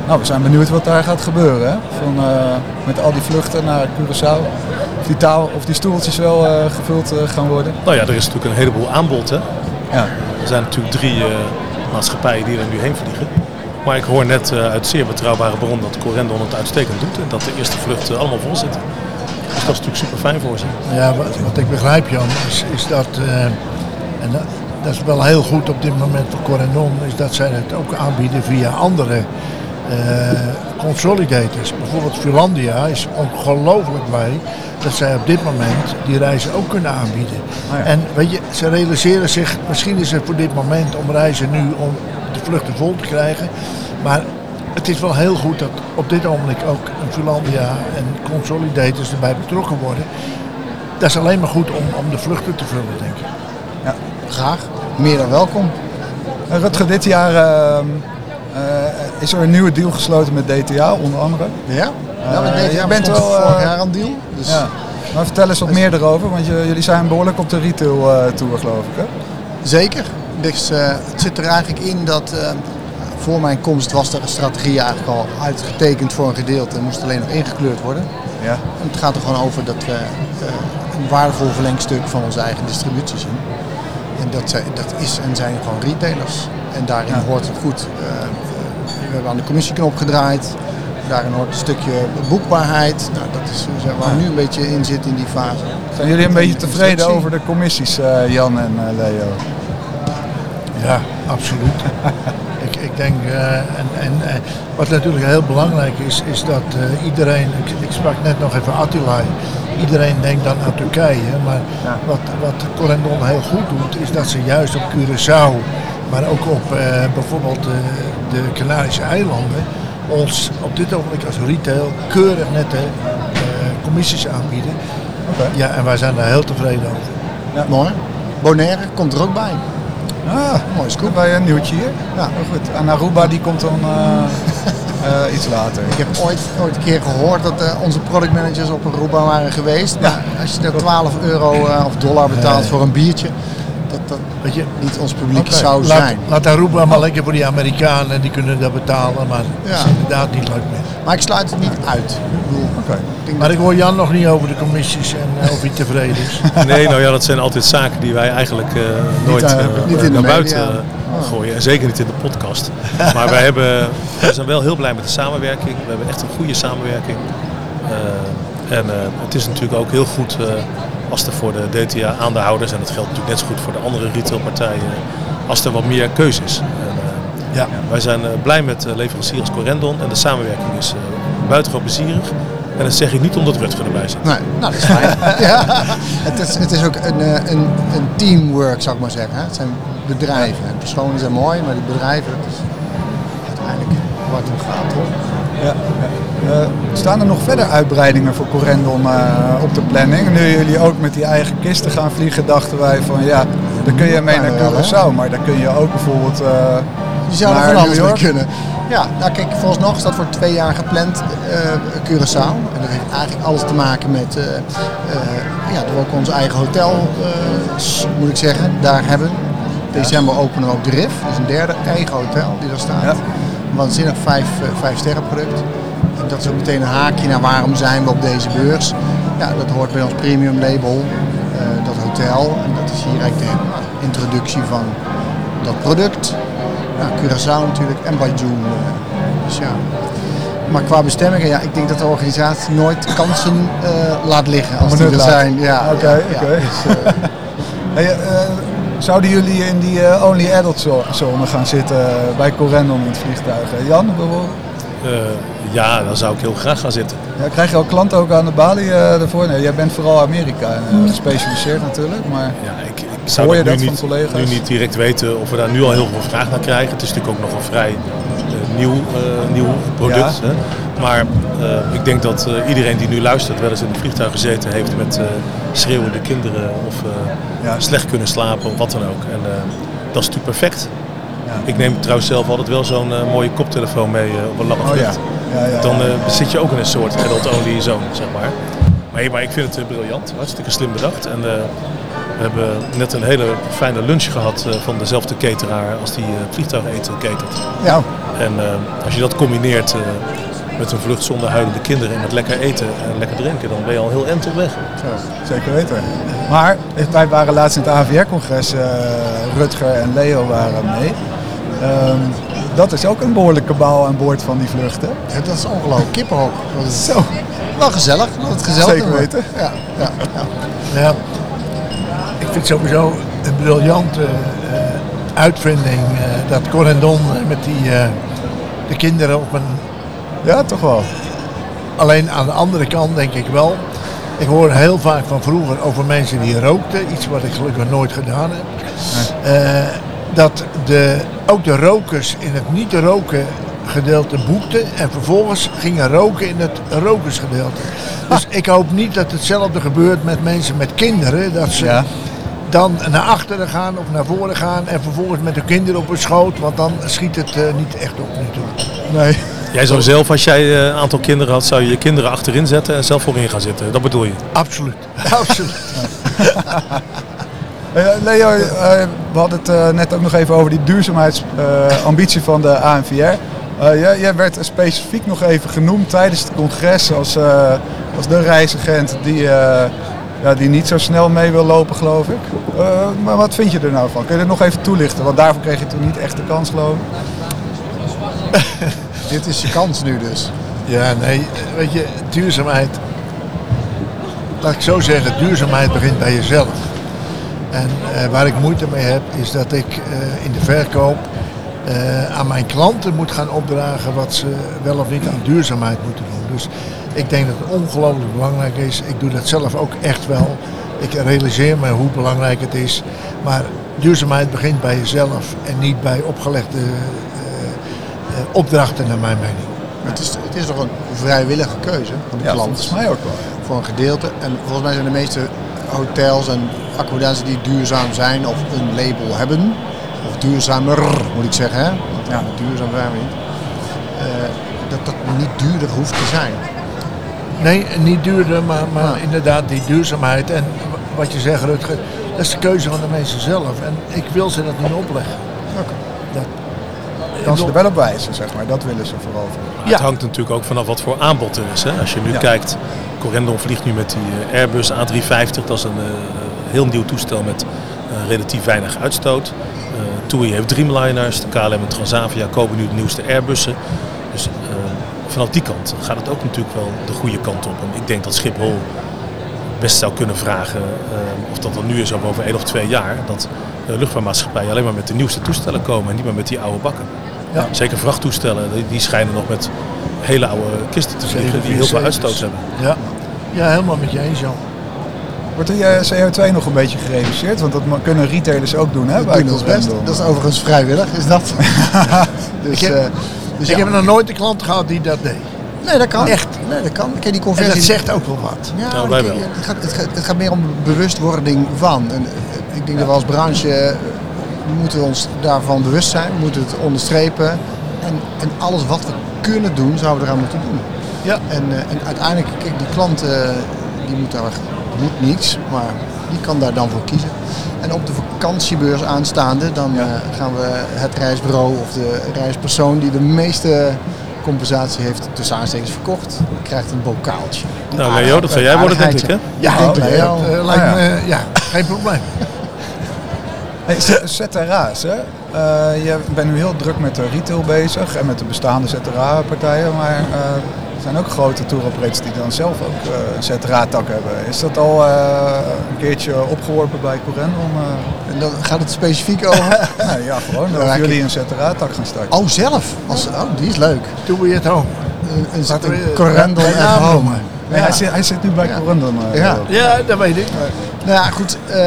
[SPEAKER 4] nou, we zijn benieuwd wat daar gaat gebeuren. Hè? Van, eh, met al die vluchten naar Curaçao. Of die, taal, of die stoeltjes wel eh, gevuld eh, gaan worden.
[SPEAKER 6] Nou ja, er is natuurlijk een heleboel aanbod. Hè?
[SPEAKER 4] Ja.
[SPEAKER 6] Er zijn natuurlijk drie eh, maatschappijen die er nu heen vliegen. Maar ik hoor net eh, uit zeer betrouwbare bron dat Corendon het uitstekend doet. En dat de eerste vlucht eh, allemaal vol zit. Dus dat is natuurlijk super fijn voor ze.
[SPEAKER 8] Ja, wat, wat ik begrijp Jan, is, is dat, eh, en dat, dat is wel heel goed op dit moment voor Corendon, is dat zij het ook aanbieden via andere eh, consolidators. Bijvoorbeeld Finlandia is ongelooflijk blij dat zij op dit moment die reizen ook kunnen aanbieden. En weet je, ze realiseren zich, misschien is het voor dit moment om reizen nu om de vluchten vol te krijgen, maar het is wel heel goed dat op dit ogenblik ook een Finlandia en consolidators erbij betrokken worden. Dat is alleen maar goed om, om de vluchten te vullen, denk ik.
[SPEAKER 7] Graag. Meer dan welkom.
[SPEAKER 4] Eh, Rutger, dit jaar ehm, eh, is er een nieuwe deal gesloten met DTA, onder andere.
[SPEAKER 7] Ja? ja,
[SPEAKER 4] Eh,
[SPEAKER 7] met deze
[SPEAKER 4] jij
[SPEAKER 7] jaar
[SPEAKER 4] bent
[SPEAKER 7] bent
[SPEAKER 4] wel,
[SPEAKER 7] vorig
[SPEAKER 4] eh,
[SPEAKER 7] jaar aan deal. Dus
[SPEAKER 4] Ja. Maar vertel eens wat meer erover, want je- jullie zijn behoorlijk op de retail eh, tour, geloof ik. Hè?
[SPEAKER 7] Zeker. Dus eh, het zit er eigenlijk in dat eh, voor mijn komst was er een strategie eigenlijk al uitgetekend voor een gedeelte. en moest alleen nog ingekleurd worden.
[SPEAKER 4] Ja.
[SPEAKER 7] En Het gaat er gewoon over dat we eh, een waardevol verlengstuk van onze eigen distributie zien. En dat, zijn, dat is en zijn gewoon retailers. En daarin hoort het goed. eh, eh, we hebben aan de commissieknop gedraaid. Daarin hoort een stukje boekbaarheid. Nou, dat is zeg, waar we nu een beetje in zitten in die fase.
[SPEAKER 4] Zijn jullie een beetje tevreden
[SPEAKER 7] Instructie.
[SPEAKER 4] over de commissies, eh, Jan en eh, Leo?
[SPEAKER 8] Ja, absoluut. Ik, ik denk, eh, en, en, eh, wat natuurlijk heel belangrijk is, is dat eh, iedereen, ik, ik sprak net nog even Attila, iedereen denkt dan aan Turkije, maar wat, wat Corendon heel goed doet, is dat ze juist op Curaçao, maar ook op eh, bijvoorbeeld eh, de Canarische eilanden, ons op dit ogenblik als retail keurig nette eh, commissies aanbieden. Ja, en wij zijn daar heel tevreden over.
[SPEAKER 7] Mooi. Bonaire komt er ook bij.
[SPEAKER 4] Ah,
[SPEAKER 7] Mooi scoop.
[SPEAKER 4] bij een nieuwtje hier. Ja, maar goed. En Aruba die komt dan eh, eh, iets later.
[SPEAKER 7] Ik heb ooit, ooit een keer gehoord dat eh, onze productmanagers op Aruba waren geweest. Maar als je daar 12 euro eh, of dollar betaalt voor een biertje, dat dat
[SPEAKER 8] Weet je,
[SPEAKER 7] niet ons publiek
[SPEAKER 8] Oké,
[SPEAKER 7] zou
[SPEAKER 8] laat,
[SPEAKER 7] zijn.
[SPEAKER 8] Laat Aruba maar lekker voor die Amerikanen, die kunnen dat betalen, maar dat is
[SPEAKER 7] Ja.
[SPEAKER 8] inderdaad niet leuk meer.
[SPEAKER 7] Maar ik sluit het niet uit. Ik bedoel, ik denk
[SPEAKER 8] Maar
[SPEAKER 7] dat-
[SPEAKER 8] ik hoor Jan nog niet over de commissies en eh, of hij tevreden is.
[SPEAKER 6] Nee, nou ja, dat zijn altijd zaken die wij eigenlijk eh, nooit
[SPEAKER 7] eh,
[SPEAKER 6] eh,
[SPEAKER 7] niet in de
[SPEAKER 6] naar buiten
[SPEAKER 7] media. Oh.
[SPEAKER 6] eh, gooien. En zeker niet in de podcast. maar wij hebben, we zijn wel heel blij met de samenwerking. We hebben echt een goede samenwerking. Eh, en eh, het is natuurlijk ook heel goed eh, als er voor de DTA-aandeelhouders, en dat geldt natuurlijk net zo goed voor de andere retailpartijen, eh, als er wat meer keuze is. En, eh,
[SPEAKER 8] Ja.
[SPEAKER 6] Wij zijn eh, blij met eh, leverancier als Corendon en de samenwerking is eh, buitengewoon plezierig. En dat zeg ik niet omdat Rutger erbij zit.
[SPEAKER 7] Nee, nou, dat is fijn. ja. het, is, het is ook een, eh, een, een teamwork, zou ik maar zeggen. hè. Het zijn bedrijven. En personen zijn mooi, maar die bedrijven, dat is uiteindelijk waar het om gaat, toch?
[SPEAKER 4] Ja. Eh, staan er nog verder uitbreidingen voor Corendon eh, op de planning? Nu jullie ook met die eigen kisten gaan vliegen, dachten wij van ja, daar kun je mee naar
[SPEAKER 7] Maar wel, Nou, hè?
[SPEAKER 4] Curaçao, maar daar kun je ook bijvoorbeeld... eh,
[SPEAKER 7] Die zouden
[SPEAKER 4] naar
[SPEAKER 7] van alles
[SPEAKER 4] New
[SPEAKER 7] mee
[SPEAKER 4] York.
[SPEAKER 7] kunnen. Ja, nou kijk, vooralsnog is dat voor twee jaar gepland eh, Curaçao. En dat heeft eigenlijk alles te maken met eh, eh, ja, dat we ook ons eigen hotel, eh, s- moet ik zeggen, daar hebben. December openen we ook de RIF, dus een derde eigen hotel die daar staat.
[SPEAKER 4] Ja.
[SPEAKER 7] Een waanzinnig vijf, eh, vijf sterren product. En dat is ook meteen een haakje naar waarom zijn we op deze beurs. Ja, dat hoort bij ons premium label, eh, dat hotel. En dat is hier eigenlijk de introductie van dat product. Ja, Curaçao natuurlijk en Banjoon. eh, Dus ja. Maar qua bestemmingen, ja, ik denk dat de organisatie nooit kansen eh, laat liggen als die
[SPEAKER 4] Benut
[SPEAKER 7] er
[SPEAKER 4] laat.
[SPEAKER 7] zijn. Ja,
[SPEAKER 4] Oké,
[SPEAKER 7] ja, ja.
[SPEAKER 4] oké.
[SPEAKER 7] Dus, eh,
[SPEAKER 4] hey, eh, zouden jullie in die eh, Only Adult zo- zone gaan zitten bij Corendon in het vliegtuig? hè? Jan, bijvoorbeeld?
[SPEAKER 6] Eh, ja, dan zou ik heel graag gaan zitten.
[SPEAKER 4] Ja, krijg je al klanten ook aan de balie eh daarvoor? Nee, jij bent vooral Amerika eh, gespecialiseerd natuurlijk, maar...
[SPEAKER 6] Ja, ik, ik zou
[SPEAKER 4] Hoor je
[SPEAKER 6] dat
[SPEAKER 4] dat
[SPEAKER 6] nu,
[SPEAKER 4] van
[SPEAKER 6] niet,
[SPEAKER 4] collega's?
[SPEAKER 6] nu niet direct weten of we daar nu al heel veel vraag naar krijgen. Het is natuurlijk ook nog een vrij eh, nieuw, eh, nieuw product.
[SPEAKER 4] Ja.
[SPEAKER 6] Hè? Maar eh, ik denk dat eh, iedereen die nu luistert wel eens in een vliegtuig gezeten heeft met eh, schreeuwende kinderen of eh,
[SPEAKER 4] Ja.
[SPEAKER 6] slecht kunnen slapen of wat dan ook. En eh, dat is natuurlijk perfect. Ik neem trouwens zelf altijd wel zo'n eh, mooie koptelefoon mee eh, op een lange
[SPEAKER 4] Oh ja.
[SPEAKER 6] vlucht.
[SPEAKER 4] Ja, ja,
[SPEAKER 6] Dan
[SPEAKER 4] ja.
[SPEAKER 6] eh, zit je ook in een soort adult only zone, zeg maar. Maar, hey, maar ik vind het eh, briljant, hartstikke slim bedacht. En eh, we hebben net een hele fijne lunch gehad eh, van dezelfde cateraar als die eh vliegtuigeten catert.
[SPEAKER 4] Ja.
[SPEAKER 6] En eh, als je dat combineert eh, met een vlucht zonder huilende kinderen en met lekker eten en lekker drinken, dan ben je al heel end op weg.
[SPEAKER 4] Zeker weten. Maar eh, wij waren laatst in het AVR-congres, eh, Rutger en Leo waren mee. Ehm, dat is ook een behoorlijk kabaal aan boord van die vluchten.
[SPEAKER 7] ja, dat is ongelooflijk. Kippenhok. Dat is
[SPEAKER 4] Zo,
[SPEAKER 7] wel gezellig. Dat het gezellig
[SPEAKER 4] Zeker
[SPEAKER 7] wordt.
[SPEAKER 4] weten.
[SPEAKER 7] Ja, ja, ja.
[SPEAKER 8] Ja, ik vind sowieso een briljante eh, uitvinding eh, dat Corendon met die, eh, de kinderen op een
[SPEAKER 4] ja toch wel.
[SPEAKER 8] Alleen aan de andere kant denk ik wel. Ik hoor heel vaak van vroeger over mensen die rookten. Iets wat ik gelukkig nooit gedaan heb. Eh, dat de, ook de rokers in het niet-roken gedeelte boekten. En vervolgens gingen roken in het rokersgedeelte. Dus
[SPEAKER 4] Ah.
[SPEAKER 8] ik hoop niet dat hetzelfde gebeurt met mensen met kinderen. Dat ze
[SPEAKER 4] Ja.
[SPEAKER 8] dan naar achteren gaan of naar voren gaan. En vervolgens met hun kinderen op hun schoot. Want dan schiet het eh, niet echt op natuurlijk.
[SPEAKER 4] Nee.
[SPEAKER 6] Jij zou zelf, als jij eh, een aantal kinderen had, zou je je kinderen achterin zetten en zelf voorin gaan zitten. Dat bedoel je?
[SPEAKER 8] Absoluut. Absoluut.
[SPEAKER 4] Eh, Leo, eh, we hadden het eh, net ook nog even over die duurzaamheidsambitie van de ANVR. Eh, jij, jij werd specifiek nog even genoemd tijdens het congres als, eh, als de reisagent die, eh, ja, die niet zo snel mee wil lopen, geloof ik. Eh, maar wat vind je er nou van? Kun je dat nog even toelichten? Want daarvoor kreeg je toen niet echt de kans, geloof ik.
[SPEAKER 7] Dit is je kans nu dus.
[SPEAKER 8] Ja, nee, weet je, duurzaamheid. Laat ik zo zeggen, duurzaamheid begint bij jezelf. En eh, waar ik moeite mee heb, is dat ik eh, in de verkoop eh, aan mijn klanten moet gaan opdragen wat ze wel of niet aan duurzaamheid moeten doen. Dus ik denk dat het ongelooflijk belangrijk is. Ik doe dat zelf ook echt wel. Ik realiseer me hoe belangrijk het is. Maar duurzaamheid begint bij jezelf en niet bij opgelegde eh, eh, opdrachten, naar mijn mening.
[SPEAKER 7] Het is, het is toch een vrijwillige keuze van de
[SPEAKER 4] Ja,
[SPEAKER 7] klant.
[SPEAKER 4] volgens mij ook wel.
[SPEAKER 7] Voor een gedeelte. En volgens mij zijn de meeste hotels en accommodaties die duurzaam zijn of een label hebben. Of duurzamer, moet ik zeggen. Hè? Want ja, duurzaam zijn we niet. Eh, dat dat niet duurder hoeft te zijn.
[SPEAKER 8] Nee, niet duurder, maar, maar
[SPEAKER 7] Ja.
[SPEAKER 8] inderdaad die duurzaamheid. En w- wat je zegt, Rutger, dat is de keuze van de mensen zelf. En ik wil ze dat niet opleggen.
[SPEAKER 4] Oké.
[SPEAKER 8] Dat,
[SPEAKER 4] Kan ze er wel op wijzen, zeg maar. Dat willen ze vooral.
[SPEAKER 6] Maar Het hangt natuurlijk ook vanaf wat voor aanbod er is. Hè? Als je nu
[SPEAKER 4] Ja.
[SPEAKER 6] kijkt, Corendon vliegt nu met die eh, Airbus A350. Dat is een eh, heel nieuw toestel met eh, relatief weinig uitstoot. Eh TUI heeft Dreamliners, de KLM en Transavia kopen nu de nieuwste Airbussen. Dus eh, vanaf die kant gaat het ook natuurlijk wel de goede kant op. En ik denk dat Schiphol best zou kunnen vragen, eh, of dat dan nu is of over één of twee jaar, dat eh, luchtvaartmaatschappijen alleen maar met de nieuwste toestellen komen en niet meer met die oude bakken.
[SPEAKER 8] Ja.
[SPEAKER 6] Nou, Zeker vrachttoestellen, die, die schijnen nog met hele oude kisten te vliegen die heel veel
[SPEAKER 8] 747's.
[SPEAKER 7] dus-
[SPEAKER 6] uitstoot hebben.
[SPEAKER 8] ja. ja, helemaal met je eens, Jan.
[SPEAKER 4] Wordt de eh, CO2 nog een beetje gereduceerd? Want dat ma- kunnen retailers ook doen, hè?
[SPEAKER 7] We
[SPEAKER 4] bij
[SPEAKER 7] doen ons best.
[SPEAKER 4] Corendon.
[SPEAKER 7] Dat is overigens vrijwillig, is dat. dus,
[SPEAKER 8] Ik heb-
[SPEAKER 7] eh, dus
[SPEAKER 8] ik
[SPEAKER 7] ja.
[SPEAKER 8] heb nog nooit een klant gehad die dat deed.
[SPEAKER 7] Nee, dat kan.
[SPEAKER 8] Echt.
[SPEAKER 7] Nee, dat kan. Kijk, die
[SPEAKER 8] En
[SPEAKER 7] conversie...
[SPEAKER 8] dat zegt ook wel wat.
[SPEAKER 7] Ja,
[SPEAKER 6] Nou, wij
[SPEAKER 7] ik-
[SPEAKER 6] wel.
[SPEAKER 7] Het, gaat, het, gaat, het gaat meer om bewustwording van. En eh, ik denk dat we als branche eh, moeten we ons daarvan bewust zijn, we moeten het onderstrepen. En, en alles wat we kunnen doen, zouden we eraan moeten doen.
[SPEAKER 8] Ja.
[SPEAKER 7] En, eh, en uiteindelijk, kijk, die klant eh, die moet daar moet niets, maar die kan daar dan voor kiezen. En op de vakantiebeurs aanstaande, dan eh, gaan we het reisbureau of de reispersoon die de meeste compensatie heeft tussen aanstekens verkocht, krijgt een bokaaltje.
[SPEAKER 6] Nou Leo, dat zou jij worden denk ik hè?
[SPEAKER 7] Ja,
[SPEAKER 4] Oh,
[SPEAKER 7] ik denk
[SPEAKER 4] nee,
[SPEAKER 7] wel.
[SPEAKER 4] dat, eh,
[SPEAKER 8] Lijkt
[SPEAKER 4] Ah, ja.
[SPEAKER 8] me, ja, geen probleem.
[SPEAKER 4] Hey, Z- ZRA's, hè? Eh, je bent nu heel druk met de retail bezig en met de bestaande ZRA-partijen, maar eh, er zijn ook grote toeroperators die dan zelf ook eh, een ZRA-tak hebben. Is dat al eh, een keertje opgeworpen bij Corendon? eh?
[SPEAKER 7] En dan gaat het specifiek over.
[SPEAKER 4] nou ja, gewoon
[SPEAKER 7] Oh. Ja,
[SPEAKER 4] dat
[SPEAKER 7] ik-
[SPEAKER 4] jullie een ZRA-tak gaan starten.
[SPEAKER 7] Oh, zelf. Als, oh, die is leuk.
[SPEAKER 8] Toen we het home.
[SPEAKER 7] Een, een,
[SPEAKER 8] Laten we,
[SPEAKER 7] een
[SPEAKER 8] eh,
[SPEAKER 7] correndon
[SPEAKER 8] bij
[SPEAKER 7] at
[SPEAKER 8] naam
[SPEAKER 7] home.
[SPEAKER 8] noemen.
[SPEAKER 4] Nee,
[SPEAKER 7] ja.
[SPEAKER 4] hij, zit, hij zit nu bij
[SPEAKER 7] Ja.
[SPEAKER 4] Corendon. eh,
[SPEAKER 7] Ja.
[SPEAKER 4] ook.
[SPEAKER 8] Ja, dat weet ik.
[SPEAKER 7] Oh. Nou ja, goed. eh,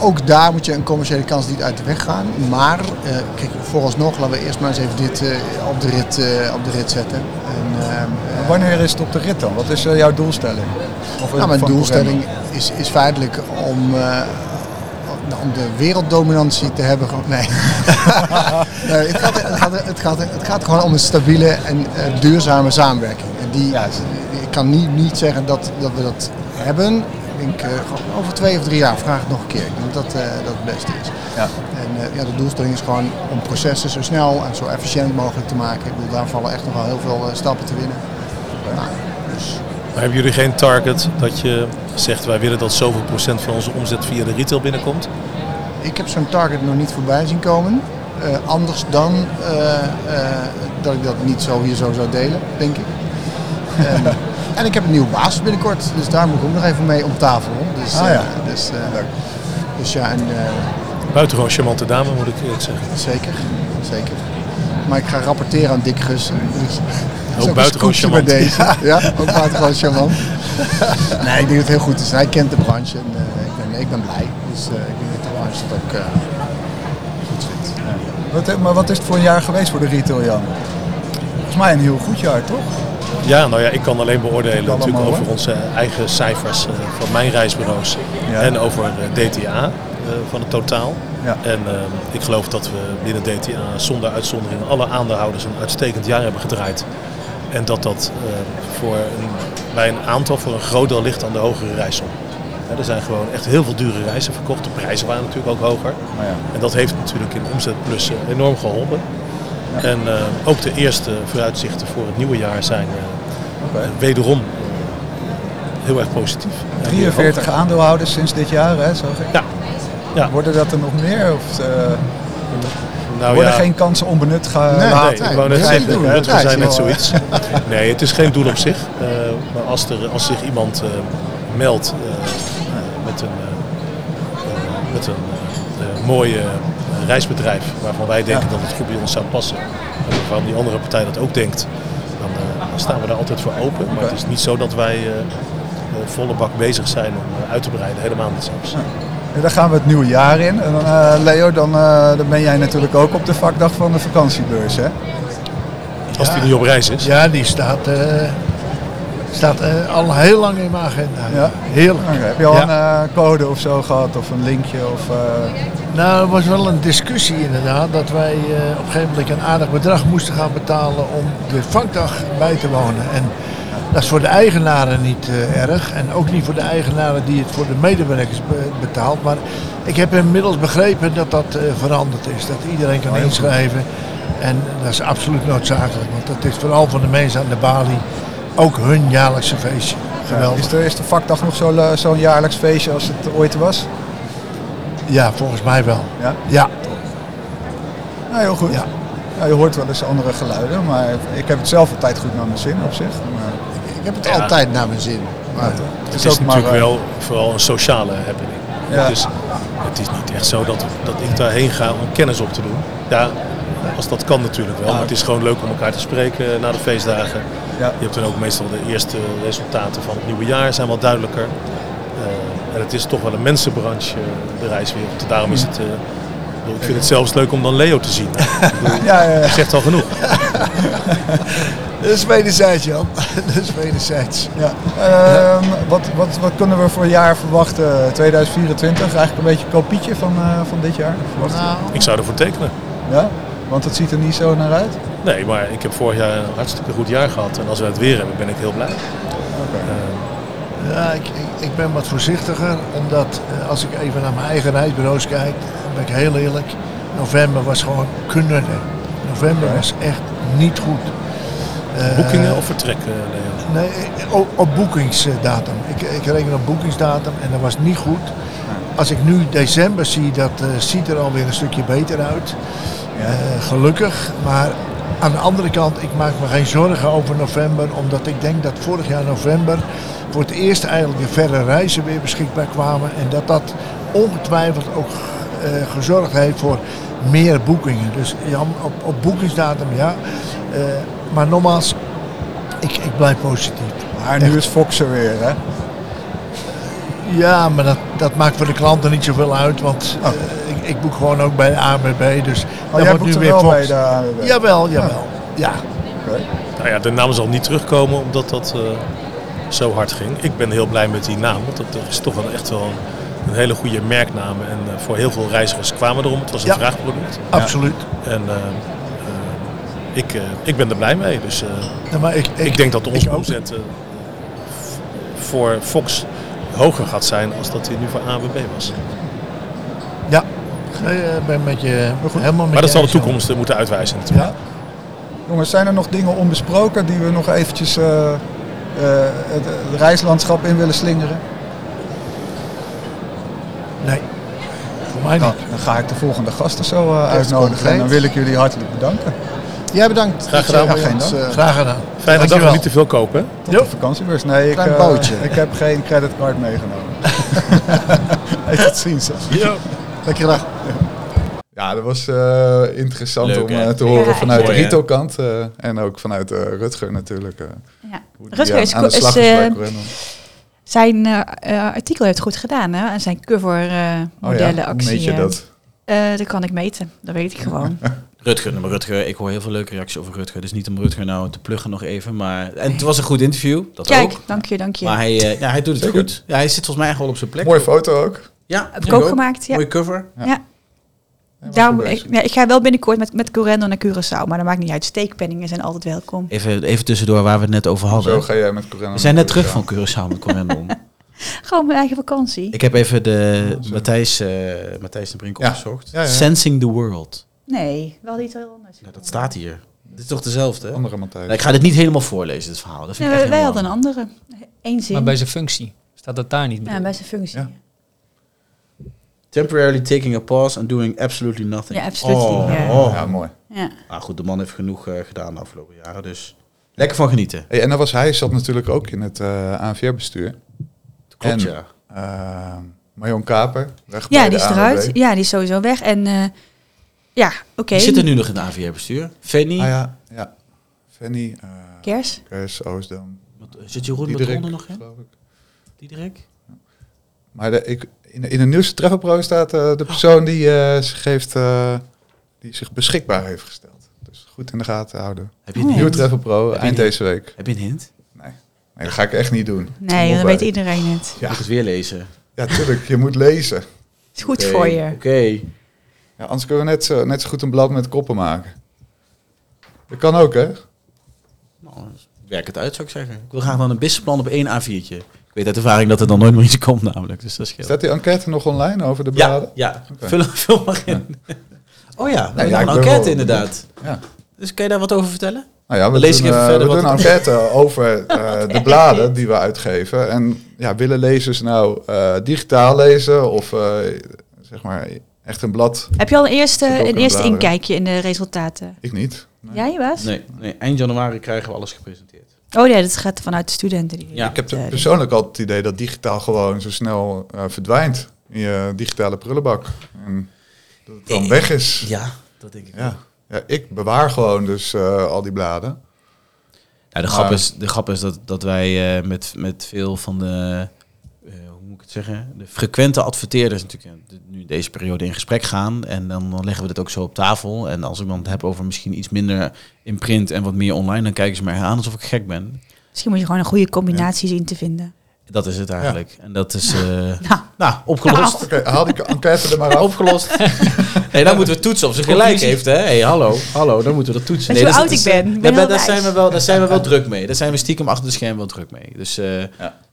[SPEAKER 7] ook daar moet je een commerciële kans niet uit de weg gaan. Maar, eh, kijk, vooralsnog laten we eerst maar eens even dit eh, op, de rit, eh, op de rit zetten. En, ehm, eh,
[SPEAKER 4] Wanneer is het op de rit dan? Wat is eh, jouw doelstelling? Of, eh,
[SPEAKER 7] nou, mijn
[SPEAKER 4] van
[SPEAKER 7] doelstelling is, is feitelijk om, eh, nou, om de werelddominantie te hebben. gewoon- Nee. nee het, gaat, het, gaat, het, gaat, het gaat gewoon om een stabiele en eh, duurzame samenwerking. En die,
[SPEAKER 4] Juist.
[SPEAKER 7] ik kan niet, niet zeggen dat, dat we dat hebben. Ik denk eh, gewoon over twee of drie jaar vraag het nog een keer. Ik denk dat eh, dat het beste is.
[SPEAKER 4] Ja.
[SPEAKER 7] En eh, ja, de doelstelling is gewoon om processen zo snel en zo efficiënt mogelijk te maken. Ik bedoel, daar vallen echt nog wel heel veel eh, stappen te winnen. Nou, dus
[SPEAKER 6] Maar hebben jullie geen target dat je zegt wij willen dat zoveel procent van onze omzet via de retail binnenkomt?
[SPEAKER 7] Ik heb zo'n target nog niet voorbij zien komen. Eh, anders dan eh, eh, dat ik dat niet zo hier zo zou delen, denk ik. En- en ik heb een nieuwe baas binnenkort, dus daar moet ik ook nog even mee om tafel. hoor. Dus,
[SPEAKER 4] Ah,
[SPEAKER 7] eh,
[SPEAKER 4] ja.
[SPEAKER 7] dus, eh, dus ja, en, eh,
[SPEAKER 6] Buitengewoon charmante dame moet ik eerlijk zeggen.
[SPEAKER 7] zeker, zeker. Maar ik ga rapporteren aan Dick Gus. Dus, dat is
[SPEAKER 6] Ook buitengewoon
[SPEAKER 7] een scoopje bij
[SPEAKER 6] charmant.
[SPEAKER 7] deze. Ja, ook buitengewoon charmant. Nee, ik denk dat het heel goed is. Hij kent de branche en eh, ik, ben, ik ben blij. Dus eh, ik denk dat de branche dat ook eh, goed vindt.
[SPEAKER 4] Wat, eh, maar wat is het voor een jaar geweest voor de retail, Jan? Volgens mij een heel goed jaar, toch?
[SPEAKER 6] Ja, nou ja, ik kan alleen beoordelen
[SPEAKER 4] Allemaal,
[SPEAKER 6] natuurlijk over
[SPEAKER 4] hoor.
[SPEAKER 6] onze eigen cijfers eh, van mijn reisbureaus
[SPEAKER 4] Ja.
[SPEAKER 6] en over eh, DTA eh, van het totaal.
[SPEAKER 4] Ja.
[SPEAKER 6] En eh, ik geloof dat we binnen DTA zonder uitzondering alle aandeelhouders een uitstekend jaar hebben gedraaid. En dat dat eh, voor een, bij een aantal voor een groot deel ligt aan de hogere reissom. Ja, er zijn gewoon echt heel veel dure reizen verkocht. De prijzen waren natuurlijk ook hoger.
[SPEAKER 4] Maar ja.
[SPEAKER 6] En dat heeft natuurlijk in omzetplus eh, enorm geholpen. En eh, ook de eerste vooruitzichten voor het nieuwe jaar zijn eh,
[SPEAKER 4] Oké.
[SPEAKER 6] eh, wederom heel erg positief. Ja, Nou weer hoog.
[SPEAKER 4] 43 aandeelhouders sinds dit jaar, hè, zag ik.
[SPEAKER 6] Ja. ja.
[SPEAKER 4] Worden dat er nog meer? Of eh,
[SPEAKER 6] Nou
[SPEAKER 4] worden
[SPEAKER 6] ja.
[SPEAKER 4] geen kansen onbenut
[SPEAKER 7] Nee,
[SPEAKER 4] gelaten?
[SPEAKER 6] Nee,
[SPEAKER 7] tijd.
[SPEAKER 6] ik wou net
[SPEAKER 7] Dat
[SPEAKER 6] zeggen,
[SPEAKER 7] ga je
[SPEAKER 6] doen,
[SPEAKER 7] doen.
[SPEAKER 6] Rutger
[SPEAKER 7] Ja,
[SPEAKER 6] zei
[SPEAKER 7] is
[SPEAKER 6] net
[SPEAKER 7] wel,
[SPEAKER 6] zoiets. Nee, het is geen doel op zich. Eh, maar als, er, als zich iemand eh, meldt eh, met een, eh, eh, met een eh, eh, mooie eh, een reisbedrijf waarvan wij denken dat het goed bij ons zou passen. En waarvan die andere partij dat ook denkt. Dan, eh, dan staan we daar altijd voor open. Maar het is niet zo dat wij eh, eh, volle bak bezig zijn om eh, uit te breiden. Helemaal niet zelfs.
[SPEAKER 4] En dan gaan we het nieuwe jaar in. En dan, eh, Leo, dan, eh, dan ben jij natuurlijk ook op de vakdag van de vakantiebeurs, hè?
[SPEAKER 6] Als die niet op reis is.
[SPEAKER 8] Ja, die staat, eh, staat eh, al heel lang in mijn agenda.
[SPEAKER 4] Ja.
[SPEAKER 8] Heerlijk.
[SPEAKER 4] Oké, Heb je al
[SPEAKER 8] Ja.
[SPEAKER 4] een eh, code of zo gehad? Of een linkje? Of, eh,
[SPEAKER 8] Nou, er was wel een discussie inderdaad dat wij eh, op een gegeven moment een aardig bedrag moesten gaan betalen om de vakdag bij te wonen. En dat is voor de eigenaren niet eh, erg en ook niet voor de eigenaren die het voor de medewerkers be- betaalt. Maar ik heb inmiddels begrepen dat dat eh, veranderd is, dat iedereen kan inschrijven. En dat is absoluut noodzakelijk, want dat is vooral voor de mensen aan de balie ook hun jaarlijkse feestje. Geweldig.
[SPEAKER 4] is, de, is de vakdag nog zo le- zo'n jaarlijks feestje als het ooit was?
[SPEAKER 8] Ja, volgens mij wel.
[SPEAKER 4] Ja?
[SPEAKER 8] Ja,
[SPEAKER 4] Nou, heel goed.
[SPEAKER 8] Ja.
[SPEAKER 4] Nou, je hoort wel eens andere geluiden, maar ik heb het zelf altijd goed naar mijn zin op zich. Maar
[SPEAKER 7] Ik heb het
[SPEAKER 6] Ja.
[SPEAKER 7] altijd naar mijn zin. Maar
[SPEAKER 4] het
[SPEAKER 6] Het is
[SPEAKER 4] ook maar,
[SPEAKER 6] natuurlijk
[SPEAKER 4] eh,
[SPEAKER 6] wel vooral een sociale happening.
[SPEAKER 4] Ja.
[SPEAKER 6] Dus het is niet echt zo dat, dat ik daarheen ga om kennis op te doen. Ja, als dat kan natuurlijk wel. Maar het is gewoon leuk om elkaar te spreken na de feestdagen.
[SPEAKER 4] Ja.
[SPEAKER 6] Je hebt dan ook meestal de eerste resultaten van het nieuwe jaar zijn wat duidelijker. Eh, en het is toch wel een mensenbranche, eh, de reiswereld. Daarom
[SPEAKER 4] Mhm.
[SPEAKER 6] is het... eh, ik bedoel, ik vind het zelfs leuk om dan Leo te zien. Ik bedoel,
[SPEAKER 4] eh, Ja, ja, ja.
[SPEAKER 6] Dat zegt al genoeg.
[SPEAKER 8] dat is wederzijds Jan, dat is wederzijds.
[SPEAKER 4] Ja. Ehm, wat, wat, wat kunnen we voor jaar verwachten? 2024? Eigenlijk een beetje een kopietje van, eh, van dit jaar? Verwachten we?
[SPEAKER 6] Ik zou ervoor tekenen.
[SPEAKER 4] Ja? Want het ziet er niet zo naar uit.
[SPEAKER 6] Nee, maar ik heb vorig jaar een hartstikke goed jaar gehad. En als we het weer hebben, ben ik heel blij.
[SPEAKER 8] Ja, ik, ik, ik ben wat voorzichtiger, omdat eh, als ik even naar mijn eigen reisbureaus kijk, ben ik heel eerlijk, november was gewoon knudden. November was echt niet goed. Eh,
[SPEAKER 6] Boekingen of vertrekken, Leo?
[SPEAKER 8] Nee, op, op boekingsdatum. Ik, ik reken op boekingsdatum en dat was niet goed. Als ik nu december zie, dat eh, ziet er alweer een stukje beter uit. Eh, gelukkig. Maar aan de andere kant, ik maak me geen zorgen over november. Omdat ik denk dat vorig jaar november voor het eerst eigenlijk de verre reizen weer beschikbaar kwamen. En dat dat ongetwijfeld ook eh, gezorgd heeft voor meer boekingen. Dus Jan, op, op boekingsdatum ja. Eh, maar nogmaals, ik, ik blijf positief.
[SPEAKER 4] Maar nu is Fox er weer, hè?
[SPEAKER 8] Ja, maar dat, dat maakt voor de klanten niet zoveel uit, want eh, ik, ik boek gewoon ook bij de ANWB, dus
[SPEAKER 4] Oh, jij boekt er wel
[SPEAKER 8] Fox.
[SPEAKER 4] bij de ANWB.
[SPEAKER 8] Jawel, jawel. Ja.
[SPEAKER 6] Nou ja, de naam zal niet terugkomen omdat dat eh, zo hard ging. Ik ben heel blij met die naam, want dat is toch wel echt wel een hele goede merknaam. En eh, voor heel veel reizigers kwamen erom. Het was een
[SPEAKER 8] Ja.
[SPEAKER 6] vraagproduct.
[SPEAKER 8] absoluut.
[SPEAKER 6] En eh, eh, ik, eh, ik ben er blij mee. Dus eh,
[SPEAKER 8] Ja, maar ik, ik,
[SPEAKER 6] ik denk dat onze
[SPEAKER 8] ook.
[SPEAKER 6] omzet eh, voor Fox hoger gaat zijn als dat die nu voor AWB was.
[SPEAKER 8] Ja, Nee, eh, ben met je, helemaal met
[SPEAKER 6] Maar dat
[SPEAKER 8] je
[SPEAKER 6] zal de
[SPEAKER 8] eens,
[SPEAKER 6] toekomst eh, moeten uitwijzen natuurlijk.
[SPEAKER 8] Ja.
[SPEAKER 4] Jongens, zijn er nog dingen onbesproken die we nog eventjes eh, eh, het, het reislandschap in willen slingeren?
[SPEAKER 8] jongen. Nee, voor mij
[SPEAKER 4] Nou,
[SPEAKER 8] niet.
[SPEAKER 4] dan ga ik de volgende gasten zo eh,
[SPEAKER 7] is
[SPEAKER 4] uitnodigen. En dan
[SPEAKER 7] concreet.
[SPEAKER 4] wil ik jullie hartelijk bedanken.
[SPEAKER 7] jij bedankt.
[SPEAKER 6] Graag gedaan,
[SPEAKER 7] Ja,
[SPEAKER 4] geen
[SPEAKER 7] Jans,
[SPEAKER 4] dank.
[SPEAKER 7] eh,
[SPEAKER 8] Graag gedaan.
[SPEAKER 6] Fijne dag en
[SPEAKER 8] Dankjewel.
[SPEAKER 6] niet te veel kopen. hè?
[SPEAKER 4] Tot de vakantiebeurs. Nee, ik,
[SPEAKER 7] Klein
[SPEAKER 4] eh,
[SPEAKER 7] bootje.
[SPEAKER 4] ik heb geen creditcard meegenomen. Heeft dat zien ze.
[SPEAKER 7] Lekker dag.
[SPEAKER 4] Ja, dat was eh, interessant
[SPEAKER 3] Leuk,
[SPEAKER 4] om
[SPEAKER 3] hè?
[SPEAKER 4] eh, te horen
[SPEAKER 5] Ja,
[SPEAKER 4] vanuit
[SPEAKER 3] mooi,
[SPEAKER 4] de
[SPEAKER 3] hè?
[SPEAKER 4] Rito-kant eh, en ook vanuit eh, Rutger natuurlijk. eh,
[SPEAKER 5] Ja.
[SPEAKER 4] hoe die,
[SPEAKER 5] Rutger
[SPEAKER 4] eh,
[SPEAKER 5] is,
[SPEAKER 4] aan de
[SPEAKER 5] is,
[SPEAKER 4] slag Oh
[SPEAKER 5] eh,
[SPEAKER 4] bij Corendon.
[SPEAKER 5] zijn eh, eh, artikel heeft goed gedaan hè? en zijn cover eh modellenactie.
[SPEAKER 4] Hoe meet je
[SPEAKER 5] eh,
[SPEAKER 4] dat?
[SPEAKER 5] eh, dat kan ik meten, dat weet ik gewoon.
[SPEAKER 3] Rutger, maar Rutger, ik hoor heel veel leuke reacties over Rutger. Dus niet om Rutger nou te pluggen nog even. Maar... En het was een goed interview, dat
[SPEAKER 5] Kijk,
[SPEAKER 3] ook.
[SPEAKER 5] dank je, dank je.
[SPEAKER 3] Maar hij, eh, ja, hij doet het
[SPEAKER 4] Zeker.
[SPEAKER 3] goed. Ja, hij zit volgens mij gewoon op zijn plek.
[SPEAKER 4] Mooie foto ook.
[SPEAKER 3] Ja,
[SPEAKER 5] Heb ik ook
[SPEAKER 3] ook.
[SPEAKER 5] gemaakt, ja.
[SPEAKER 3] Mooie cover.
[SPEAKER 5] Daarom,
[SPEAKER 4] goed
[SPEAKER 5] ik,
[SPEAKER 4] bezig.
[SPEAKER 5] ja, ik ga wel binnenkort met, met Corendo naar Curaçao, maar dat maakt niet uit. Steekpenningen zijn altijd welkom.
[SPEAKER 3] Even, even tussendoor waar we het net over
[SPEAKER 4] Zo
[SPEAKER 3] hadden.
[SPEAKER 4] ga jij met Corendon.
[SPEAKER 3] Oh, We zijn net terug
[SPEAKER 4] Ja.
[SPEAKER 3] van Curaçao met Corendon.
[SPEAKER 5] Gewoon mijn eigen vakantie.
[SPEAKER 3] ik heb even de Matthijs, eh Matthijs de Brink
[SPEAKER 4] Ah, Ja.
[SPEAKER 3] opgezocht.
[SPEAKER 4] Ja, ja.
[SPEAKER 3] Sensing the World.
[SPEAKER 5] Nee, wel iets heel anders.
[SPEAKER 3] Ja, dat staat hier. Dit is toch dezelfde, hè?
[SPEAKER 4] Andere Matthijs.
[SPEAKER 3] Nou, ik ga dit niet helemaal voorlezen, dit verhaal. Dat
[SPEAKER 5] Nee,
[SPEAKER 3] vind ik
[SPEAKER 5] wij,
[SPEAKER 3] dus echt
[SPEAKER 5] wij
[SPEAKER 3] heel
[SPEAKER 5] hadden een andere. Eén zin.
[SPEAKER 2] Maar bij zijn functie staat dat daar niet
[SPEAKER 5] ja, bij zijn functie.
[SPEAKER 4] Ja.
[SPEAKER 5] Ja,
[SPEAKER 3] Temporarily taking a pause and doing absolutely nothing.
[SPEAKER 5] absoluut.
[SPEAKER 3] Oh,
[SPEAKER 5] ja.
[SPEAKER 3] oh.
[SPEAKER 4] Ja, mooi.
[SPEAKER 5] Ja.
[SPEAKER 3] Maar goed, de man heeft genoeg eh, gedaan de afgelopen jaren, dus lekker van genieten.
[SPEAKER 4] Hey, en dan was hij zat natuurlijk ook in het eh ANVR-bestuur.
[SPEAKER 3] Klopt,
[SPEAKER 4] En-
[SPEAKER 3] ja.
[SPEAKER 4] Eh, Marion Kaper, weg
[SPEAKER 5] Ja,
[SPEAKER 4] bij
[SPEAKER 5] die
[SPEAKER 4] de
[SPEAKER 5] is
[SPEAKER 4] ANWB.
[SPEAKER 5] eruit. Ja, die is sowieso weg. En eh, Ja, oké.
[SPEAKER 3] Die zit er nu nog in het AVR-bestuur. Fanny,
[SPEAKER 4] Ah ja, ja. Fanny, eh
[SPEAKER 5] Kers?
[SPEAKER 4] Kers, Oostdam.
[SPEAKER 3] wat- zit Jeroen met
[SPEAKER 4] Diederik,
[SPEAKER 3] eronder nog in?
[SPEAKER 4] geloof ik.
[SPEAKER 3] Diederik?
[SPEAKER 4] Maar de, ik, in, de- in de nieuwste treffelpro staat eh, de persoon die, eh, zich heeft, eh, die zich beschikbaar heeft gesteld. Dus goed in de gaten houden.
[SPEAKER 3] Heb
[SPEAKER 5] Oh,
[SPEAKER 3] je een
[SPEAKER 4] Nieuwe
[SPEAKER 3] hint?
[SPEAKER 4] treffelpro,
[SPEAKER 3] Heb je
[SPEAKER 4] eind
[SPEAKER 3] niet?
[SPEAKER 4] deze week.
[SPEAKER 3] Heb je een hint?
[SPEAKER 4] Nee, dat ga ik echt niet doen.
[SPEAKER 5] Nee,
[SPEAKER 4] Moet
[SPEAKER 5] dan
[SPEAKER 4] bij.
[SPEAKER 5] weet iedereen het.
[SPEAKER 4] Ja.
[SPEAKER 3] Moet ik het weer lezen?
[SPEAKER 4] Ja, tuurlijk, je moet lezen.
[SPEAKER 5] Is goed
[SPEAKER 3] Oké,
[SPEAKER 5] voor je.
[SPEAKER 3] Oké.
[SPEAKER 4] Ja, anders kunnen we net zo, net zo goed een blad met koppen maken. Dat kan ook, hè?
[SPEAKER 3] Nou, werk het uit, zou ik zeggen. Ik wil graag dan een businessplan op één A4'tje. Ik weet uit ervaring dat er dan nooit meer iets komt namelijk, dus dat scheelt.
[SPEAKER 4] Staat die enquête nog online over de
[SPEAKER 3] Ja,
[SPEAKER 4] bladen?
[SPEAKER 3] ja.
[SPEAKER 4] Oké.
[SPEAKER 3] Vul, vul maar in. Oh ja, we
[SPEAKER 4] ja,
[SPEAKER 3] hebben
[SPEAKER 4] ik
[SPEAKER 3] nog
[SPEAKER 4] ben
[SPEAKER 3] een enquête
[SPEAKER 4] wel-
[SPEAKER 3] inderdaad.
[SPEAKER 4] Ja.
[SPEAKER 3] Dus kan je daar wat over vertellen?
[SPEAKER 4] Nou ja, we
[SPEAKER 3] Dan lees ik
[SPEAKER 4] doen,
[SPEAKER 3] even
[SPEAKER 4] eh,
[SPEAKER 3] verder
[SPEAKER 4] we
[SPEAKER 3] wat
[SPEAKER 4] doen een enquête over eh, de bladen die we uitgeven. En ja, willen lezers nou eh, digitaal lezen of eh, zeg maar echt een blad?
[SPEAKER 5] Heb je al een eerste,
[SPEAKER 4] Zit ook
[SPEAKER 5] een
[SPEAKER 4] een
[SPEAKER 5] eerste
[SPEAKER 4] bladeren.
[SPEAKER 5] inkijkje in de resultaten?
[SPEAKER 4] Ik niet. Nee.
[SPEAKER 5] Jij, was?
[SPEAKER 3] Nee, nee, eind januari krijgen we alles gepresenteerd.
[SPEAKER 5] Oh nee, dat gaat vanuit de studenten. Die
[SPEAKER 3] Ja.
[SPEAKER 4] Ik heb
[SPEAKER 5] Eh,
[SPEAKER 4] de- persoonlijk altijd het idee dat digitaal gewoon zo snel eh, verdwijnt in je digitale prullenbak. En dat het
[SPEAKER 3] Eh,
[SPEAKER 4] dan weg is.
[SPEAKER 3] Ja, dat denk ik wel.
[SPEAKER 4] Ja. Ja, ik bewaar gewoon dus eh, al die bladen.
[SPEAKER 3] Ja, Nou, de, grap
[SPEAKER 4] Maar-
[SPEAKER 3] is, de grap is dat, dat wij eh, met, met veel van de, eh, hoe moet ik het zeggen, de frequente adverteerders natuurlijk eh, de- nu deze periode in gesprek gaan. En dan, dan leggen we dit ook zo op tafel. En als iemand het heb over misschien iets minder in print en wat meer online, dan kijken ze mij aan alsof ik gek ben.
[SPEAKER 5] Misschien moet je gewoon een goede combinatie zien te vinden.
[SPEAKER 3] Dat is het eigenlijk. En dat is, eh,
[SPEAKER 5] Nou,
[SPEAKER 3] nou, opgelost.
[SPEAKER 4] Oké, haal die enquête er maar af.
[SPEAKER 3] Opgelost. Nee, dan moeten we toetsen of ze gelijk heeft, hè? hey, hallo, hallo, dan moeten we dat toetsen.
[SPEAKER 5] Weet je
[SPEAKER 3] nee,
[SPEAKER 5] hoe
[SPEAKER 3] dat
[SPEAKER 5] oud
[SPEAKER 3] is-
[SPEAKER 5] ik
[SPEAKER 3] dat is-
[SPEAKER 5] ben? Ik ben
[SPEAKER 3] daar
[SPEAKER 5] heel
[SPEAKER 3] daar
[SPEAKER 5] wijs.
[SPEAKER 3] zijn we wel, daar zijn we wel druk mee. Daar zijn we stiekem achter de schermen wel druk mee. Dus eh,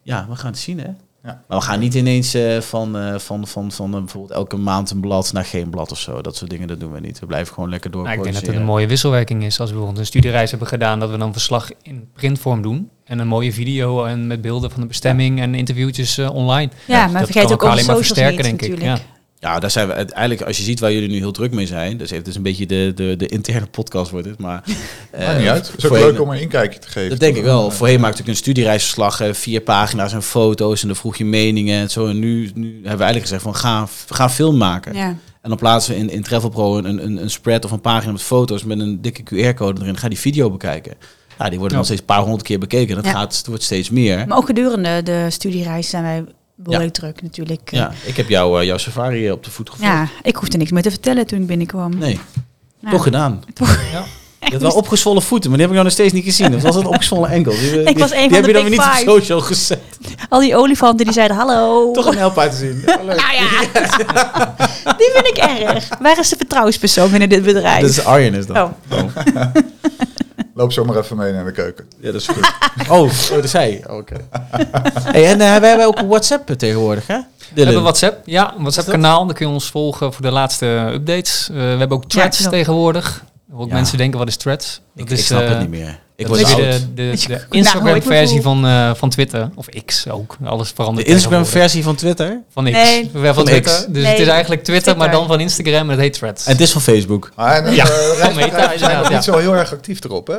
[SPEAKER 3] ja. we gaan het zien, hè? Maar we gaan niet ineens eh, van, eh, van, van, van eh, bijvoorbeeld elke maand een blad naar geen blad of zo. Dat soort dingen, dat doen we niet. We blijven gewoon lekker
[SPEAKER 2] Nou, ik denk dat het
[SPEAKER 3] doorproduceren.
[SPEAKER 2] een mooie wisselwerking is. Als we bijvoorbeeld een studiereis hebben gedaan, dat we dan verslag in printvorm doen. En een mooie video en met beelden van de bestemming en interviewtjes eh, online.
[SPEAKER 5] ja, maar
[SPEAKER 2] dat
[SPEAKER 5] vergeet
[SPEAKER 2] kan
[SPEAKER 5] ook
[SPEAKER 2] elkaar
[SPEAKER 5] onze
[SPEAKER 2] alleen maar
[SPEAKER 5] socials niet
[SPEAKER 2] versterken, denk ik.
[SPEAKER 5] natuurlijk.
[SPEAKER 2] Ja.
[SPEAKER 3] Ja, daar zijn we uiteindelijk, als je ziet waar jullie nu heel druk mee zijn. Dus even, dus een beetje de, de, de interne podcast wordt het. Maar, eh,
[SPEAKER 4] Maakt niet uit. Het is ook
[SPEAKER 3] voorheen-
[SPEAKER 4] leuk om een inkijkje te geven.
[SPEAKER 3] Dat denk ik wel. Voorheen maakte ik een studiereisverslag, eh, vier pagina's en foto's en dan vroeg je meningen en zo. En nu, nu hebben we eigenlijk gezegd van ga, ga film maken.
[SPEAKER 5] Ja.
[SPEAKER 3] En dan plaatsen we in, in Travel Pro een, een, een spread of een pagina met foto's met een dikke QR-code erin. Ga die video bekijken. Ja, die worden nog steeds een paar honderd keer bekeken. Dat
[SPEAKER 5] Ja.
[SPEAKER 3] gaat, het wordt steeds meer.
[SPEAKER 5] Maar ook gedurende de studiereis zijn wij behoorlijk druk natuurlijk.
[SPEAKER 3] Ja, ik heb jou, eh, jouw safari op de voet gevolgd.
[SPEAKER 5] Ja, ik hoefde niks meer te vertellen toen ik binnenkwam.
[SPEAKER 3] Nee,
[SPEAKER 5] Nou,
[SPEAKER 3] toch gedaan.
[SPEAKER 5] toch.
[SPEAKER 3] Je had wel opgezwollen voeten, maar die heb ik nou nog steeds niet gezien. Of was dat een opgezwollen enkel? Die, eh, die,
[SPEAKER 5] Ik was een
[SPEAKER 3] die
[SPEAKER 5] van
[SPEAKER 3] heb
[SPEAKER 5] de
[SPEAKER 3] je dan
[SPEAKER 5] big
[SPEAKER 3] weer niet
[SPEAKER 5] five.
[SPEAKER 3] op social gezet.
[SPEAKER 5] Al die olifanten die zeiden hallo.
[SPEAKER 3] Toch een help uit te zien. Ja, leuk.
[SPEAKER 5] Nou ja, die vind ik erg. Waar is de vertrouwenspersoon binnen dit bedrijf?
[SPEAKER 3] Dat is Arjen is dat.
[SPEAKER 5] Oh.
[SPEAKER 4] Loop zo maar even mee naar de keuken.
[SPEAKER 3] Ja, dat is goed. oh, oh, dat is hij. Oké. Hey, en eh, wij hebben ook een WhatsApp tegenwoordig, hè?
[SPEAKER 2] We
[SPEAKER 3] Dylan.
[SPEAKER 2] hebben WhatsApp. Ja, een WhatsApp-kanaal. Dan kun je ons volgen voor de laatste updates. Eh, we hebben ook threads
[SPEAKER 5] klopt.
[SPEAKER 2] tegenwoordig. Ook
[SPEAKER 3] Ja.
[SPEAKER 2] mensen denken, wat is threads?
[SPEAKER 3] ik,
[SPEAKER 2] Dat is,
[SPEAKER 3] ik snap
[SPEAKER 2] eh,
[SPEAKER 3] het niet meer.
[SPEAKER 2] dat
[SPEAKER 3] Ik word
[SPEAKER 2] is
[SPEAKER 3] oud.
[SPEAKER 2] weer
[SPEAKER 3] De,
[SPEAKER 2] de, de,
[SPEAKER 5] Nou,
[SPEAKER 2] de
[SPEAKER 5] me
[SPEAKER 2] Instagram-versie
[SPEAKER 5] voel.
[SPEAKER 2] van, eh, van Twitter. Of X ook. Alles verandert tegenwoordig.
[SPEAKER 3] Instagram-versie van Twitter. En
[SPEAKER 2] Van X.
[SPEAKER 5] Nee.
[SPEAKER 2] We hebben
[SPEAKER 3] Van
[SPEAKER 2] van Twitter.
[SPEAKER 3] X.
[SPEAKER 2] Dus
[SPEAKER 5] Nee,
[SPEAKER 2] het is eigenlijk Twitter, maar
[SPEAKER 5] Twitter.
[SPEAKER 2] dan van Instagram. En het heet Threads.
[SPEAKER 3] het is van Facebook.
[SPEAKER 4] Maar en,
[SPEAKER 2] Ja,
[SPEAKER 4] eh, de
[SPEAKER 2] van Meta
[SPEAKER 4] reisbedrijven zijn nog
[SPEAKER 2] inderdaad, ja.
[SPEAKER 4] niet zo heel erg actief erop, hè?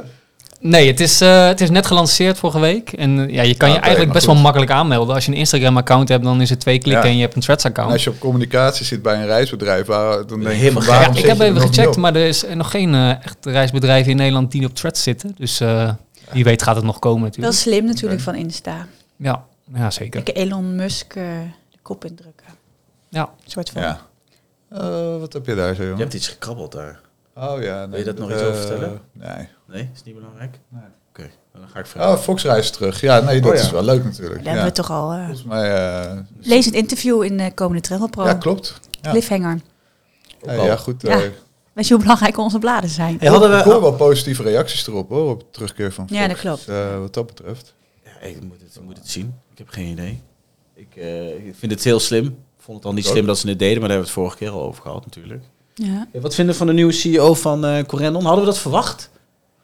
[SPEAKER 2] Nee, het is, eh, het is net gelanceerd vorige week. En eh, ja, je kan
[SPEAKER 4] Ah,
[SPEAKER 2] je
[SPEAKER 4] oké,
[SPEAKER 2] eigenlijk
[SPEAKER 4] maar
[SPEAKER 2] best
[SPEAKER 4] goed.
[SPEAKER 2] wel makkelijk aanmelden. Als je een Instagram-account hebt, dan is het twee klikken
[SPEAKER 4] Ja.
[SPEAKER 2] en je hebt een
[SPEAKER 4] En
[SPEAKER 2] Threads-account.
[SPEAKER 4] als je op communicatie zit bij een reisbedrijf, waar, dan denk je
[SPEAKER 3] Helemaal
[SPEAKER 4] van,
[SPEAKER 3] gek.
[SPEAKER 4] waarom
[SPEAKER 2] Ja,
[SPEAKER 4] zit
[SPEAKER 2] ik heb
[SPEAKER 4] je er
[SPEAKER 2] even
[SPEAKER 4] nog niet
[SPEAKER 2] gecheckt,
[SPEAKER 4] op?
[SPEAKER 2] maar er is eh, nog geen eh, echt reisbedrijven in Nederland die op Threads zitten. Dus eh, wie weet gaat het nog komen
[SPEAKER 5] Wel
[SPEAKER 2] natuurlijk.
[SPEAKER 5] slim natuurlijk van Insta.
[SPEAKER 2] Ja, ja zeker.
[SPEAKER 5] Ik Elon Musk eh, de kop indrukken.
[SPEAKER 2] Ja.
[SPEAKER 5] Een soort van.
[SPEAKER 4] Ja. Eh, wat heb je daar zo, jongen?
[SPEAKER 3] iets gekrabbeld daar.
[SPEAKER 4] Oh ja. nee.
[SPEAKER 3] Wil je dat nog iets over vertellen?
[SPEAKER 4] Nee.
[SPEAKER 3] Nee, is niet belangrijk? Oké, dan ga ik verder.
[SPEAKER 4] Oh, Foxreis terug. Ja, nee, dat
[SPEAKER 3] Oh, ja.
[SPEAKER 4] is wel leuk
[SPEAKER 5] Daar
[SPEAKER 4] natuurlijk. Ja.
[SPEAKER 5] hebben we toch al. eh,
[SPEAKER 4] Volgens mij... eh,
[SPEAKER 5] lees het interview in de komende Travel Pro.
[SPEAKER 4] ja, klopt. Ja,
[SPEAKER 5] Cliffhanger.
[SPEAKER 4] Eh,
[SPEAKER 3] al.
[SPEAKER 4] ja goed.
[SPEAKER 5] Ja.
[SPEAKER 4] eh,
[SPEAKER 5] Weet je hoe belangrijk onze bladen zijn?
[SPEAKER 3] Hey, hadden
[SPEAKER 4] Ik
[SPEAKER 3] we... oh.
[SPEAKER 4] hoor wel positieve reacties erop, hoor, op de terugkeer van Fox.
[SPEAKER 5] Ja, dat klopt.
[SPEAKER 4] eh, wat dat betreft.
[SPEAKER 3] Ja, ik, moet het, ik moet het zien. Ik heb geen idee. Ik, eh, ik vind het heel slim. Ik vond het al niet
[SPEAKER 4] Ik ook.
[SPEAKER 3] slim dat ze het deden, maar daar hebben we het vorige keer al over gehad natuurlijk.
[SPEAKER 5] Ja.
[SPEAKER 3] Ja, Wat vinden we van de nieuwe CEO van eh Corendon? Hadden we dat verwacht?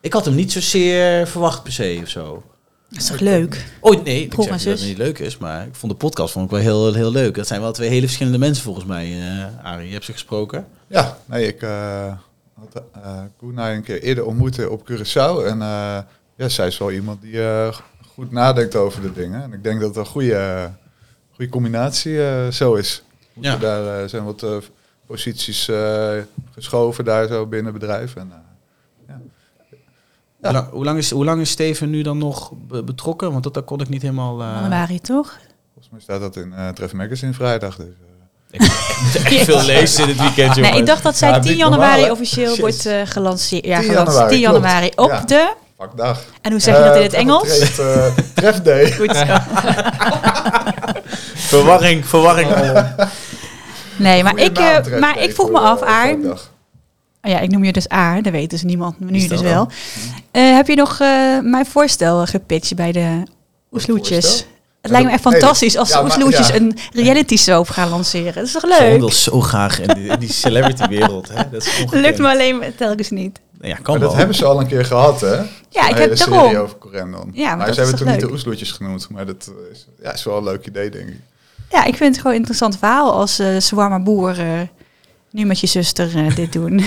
[SPEAKER 3] Ik had hem niet zozeer verwacht per se of zo.
[SPEAKER 5] Dat is toch leuk?
[SPEAKER 3] Oh nee, ik
[SPEAKER 5] Volgens
[SPEAKER 3] zeg niet dat
[SPEAKER 5] zus.
[SPEAKER 3] het niet leuk is, maar ik vond de podcast vond ik wel heel, heel leuk. Dat zijn wel twee hele verschillende mensen volgens mij, eh Arie. Je hebt ze gesproken.
[SPEAKER 4] Ja, nee, ik eh had eh Koenai een keer eerder ontmoeten op Curaçao. En eh, ja, zij is wel iemand die eh, goed nadenkt over de dingen. En ik denk dat het een goede, goede combinatie eh, zo is. Moeten
[SPEAKER 3] Ja.
[SPEAKER 4] Daar eh, zijn wat eh, posities eh, geschoven daar zo binnen bedrijf. En, eh,
[SPEAKER 3] Hoe, lang, hoe, lang is, hoe lang is Steven nu dan nog be- betrokken? Want dat, dat kon ik niet helemaal... eh,
[SPEAKER 5] Januari, toch?
[SPEAKER 4] volgens mij staat dat in eh Tref Magazine vrijdag. Dus, eh.
[SPEAKER 3] echt veel lezen dit weekend, jongen.
[SPEAKER 5] Nee, ik dacht dat zij
[SPEAKER 4] Ja,
[SPEAKER 5] 10
[SPEAKER 4] niet
[SPEAKER 5] januari
[SPEAKER 4] normaal, hè?
[SPEAKER 5] officieel wordt eh, gelanceerd. Ja,
[SPEAKER 4] 10
[SPEAKER 5] gelanceerd.
[SPEAKER 4] januari,
[SPEAKER 5] 10 januari
[SPEAKER 4] klopt.
[SPEAKER 5] op
[SPEAKER 4] Ja. Eh,
[SPEAKER 5] de...
[SPEAKER 4] Vakdag.
[SPEAKER 5] En hoe zeg je dat in het Engels?
[SPEAKER 4] eh, Tref day.
[SPEAKER 5] Goed zo.
[SPEAKER 3] Verwarring,
[SPEAKER 5] Oh,
[SPEAKER 3] verwarring.
[SPEAKER 5] Nee, maar ik, eh,
[SPEAKER 4] Tref
[SPEAKER 5] maar
[SPEAKER 4] Day
[SPEAKER 5] ik vroeg
[SPEAKER 4] voor
[SPEAKER 5] me
[SPEAKER 4] de
[SPEAKER 5] af, Aar.
[SPEAKER 4] vakdag.
[SPEAKER 5] Oh ja, ik noem je dus Aar, dat weet dus niemand nu
[SPEAKER 3] Is dat
[SPEAKER 5] dus wel. Eh, heb je nog eh, mijn voorstel gepitcht bij de Oesloetjes?
[SPEAKER 4] voorstel?
[SPEAKER 5] Het lijkt me echt
[SPEAKER 4] Nee, dat-
[SPEAKER 5] fantastisch als
[SPEAKER 4] ja,
[SPEAKER 5] de
[SPEAKER 4] maar-
[SPEAKER 5] Oesloetjes
[SPEAKER 4] ja.
[SPEAKER 5] een reality soap gaan lanceren. Dat is toch
[SPEAKER 3] Ze
[SPEAKER 5] leuk?
[SPEAKER 3] wil zo graag in die, in die celebrity wereld. Hè? Dat is ongekend. Nou
[SPEAKER 5] Lukt me alleen maar telkens niet.
[SPEAKER 3] Ja, kan
[SPEAKER 4] Maar
[SPEAKER 3] wel.
[SPEAKER 4] dat hebben ze al een keer gehad, hè?
[SPEAKER 5] Ja, ik
[SPEAKER 4] Een hele
[SPEAKER 5] heb
[SPEAKER 4] serie
[SPEAKER 5] daarom.
[SPEAKER 4] over Corendon.
[SPEAKER 5] Ja, maar dat
[SPEAKER 4] ze
[SPEAKER 5] is
[SPEAKER 4] hebben
[SPEAKER 5] toch
[SPEAKER 4] toen niet
[SPEAKER 5] leuk?
[SPEAKER 4] de oesloetjes genoemd, maar dat eh, is, ja, is wel een leuk idee, denk ik.
[SPEAKER 5] Ja, ik vind het gewoon een interessant verhaal als eh Swarma Boer eh, nu met je zuster eh, dit doen.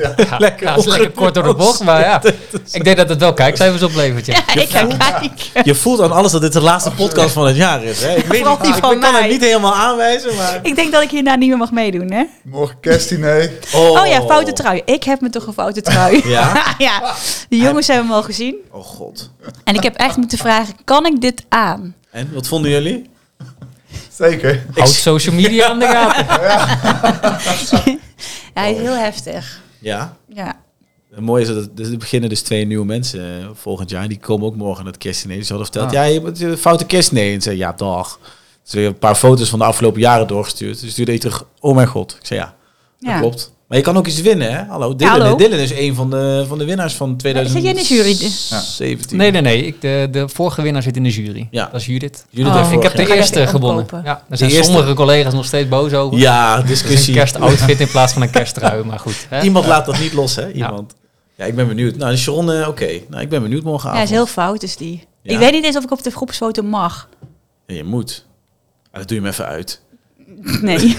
[SPEAKER 2] Ja, lekker, is lekker kort door de bocht, maar ja. Ik denk dat het wel kijkcijfers oplevert, ja.
[SPEAKER 5] ik ga kijken.
[SPEAKER 3] Je voelt aan alles dat dit de laatste podcast van het jaar is. Hè? Ik, weet
[SPEAKER 5] Vooral
[SPEAKER 3] niet, Ah,
[SPEAKER 5] die
[SPEAKER 3] ik
[SPEAKER 5] van
[SPEAKER 3] kan
[SPEAKER 5] mij.
[SPEAKER 3] het niet helemaal aanwijzen, maar...
[SPEAKER 5] Ik denk dat ik hierna niet meer mag meedoen, hè?
[SPEAKER 4] Morgen kerstdiner.
[SPEAKER 5] Oh, ja, foute trui. Ik heb me toch een foute trui.
[SPEAKER 3] Ja?
[SPEAKER 5] ja. De jongens hebben hem al gezien.
[SPEAKER 3] Oh god.
[SPEAKER 5] En ik heb echt moeten vragen, kan ik dit aan?
[SPEAKER 3] En, wat vonden jullie?
[SPEAKER 4] Zeker.
[SPEAKER 2] Houd social media aan de gaten.
[SPEAKER 5] Hij is heel heftig.
[SPEAKER 3] Ja.
[SPEAKER 5] Ja.
[SPEAKER 3] Het mooie is dat het- er beginnen dus twee nieuwe mensen eh, volgend jaar. Die komen ook morgen naar het kerstdiner. Die hadden
[SPEAKER 5] Ah.
[SPEAKER 3] verteld, ja, je moet je foute kerstdiner. En zei, ja, dag. Dus weer een paar foto's van de afgelopen jaren doorgestuurd. Dus stuurde ik terug, oh mijn god. Ik zei, ja, dat
[SPEAKER 5] Ja.
[SPEAKER 3] klopt. Maar je kan ook iets winnen, hè? Hallo, Dylan,
[SPEAKER 5] Hallo.
[SPEAKER 3] Dylan is een van de, van de winnaars van
[SPEAKER 5] jij in de jury?
[SPEAKER 3] 2017.
[SPEAKER 2] Nee, nee, nee. Ik, de, de vorige winnaar zit in de jury.
[SPEAKER 3] Ja.
[SPEAKER 2] Dat is Judith.
[SPEAKER 3] Jullie
[SPEAKER 5] Oh.
[SPEAKER 3] daarvoor,
[SPEAKER 2] Ik heb de
[SPEAKER 5] Ga ik
[SPEAKER 2] eerste
[SPEAKER 5] even
[SPEAKER 2] gewonnen.
[SPEAKER 5] opkopen.
[SPEAKER 2] Ja, daar zijn
[SPEAKER 3] eerste?
[SPEAKER 2] sommige collega's nog steeds boos over.
[SPEAKER 3] Ja,
[SPEAKER 2] Het is Dus een
[SPEAKER 3] discussie.
[SPEAKER 2] kerstoutfit in plaats van een kersttrui, maar goed. Hè?
[SPEAKER 3] Iemand laat dat niet los, hè? Iemand. Ja, ik ben benieuwd. Nou, Sharon, eh, oké. Nou, ik ben benieuwd
[SPEAKER 5] Ja, hij is
[SPEAKER 3] morgenavond.
[SPEAKER 5] heel fout, is die.
[SPEAKER 3] Ja.
[SPEAKER 5] Ik weet niet eens of ik op de groepsfoto mag.
[SPEAKER 3] Ja, je moet. Ah, dat doe je hem even uit.
[SPEAKER 5] Nee.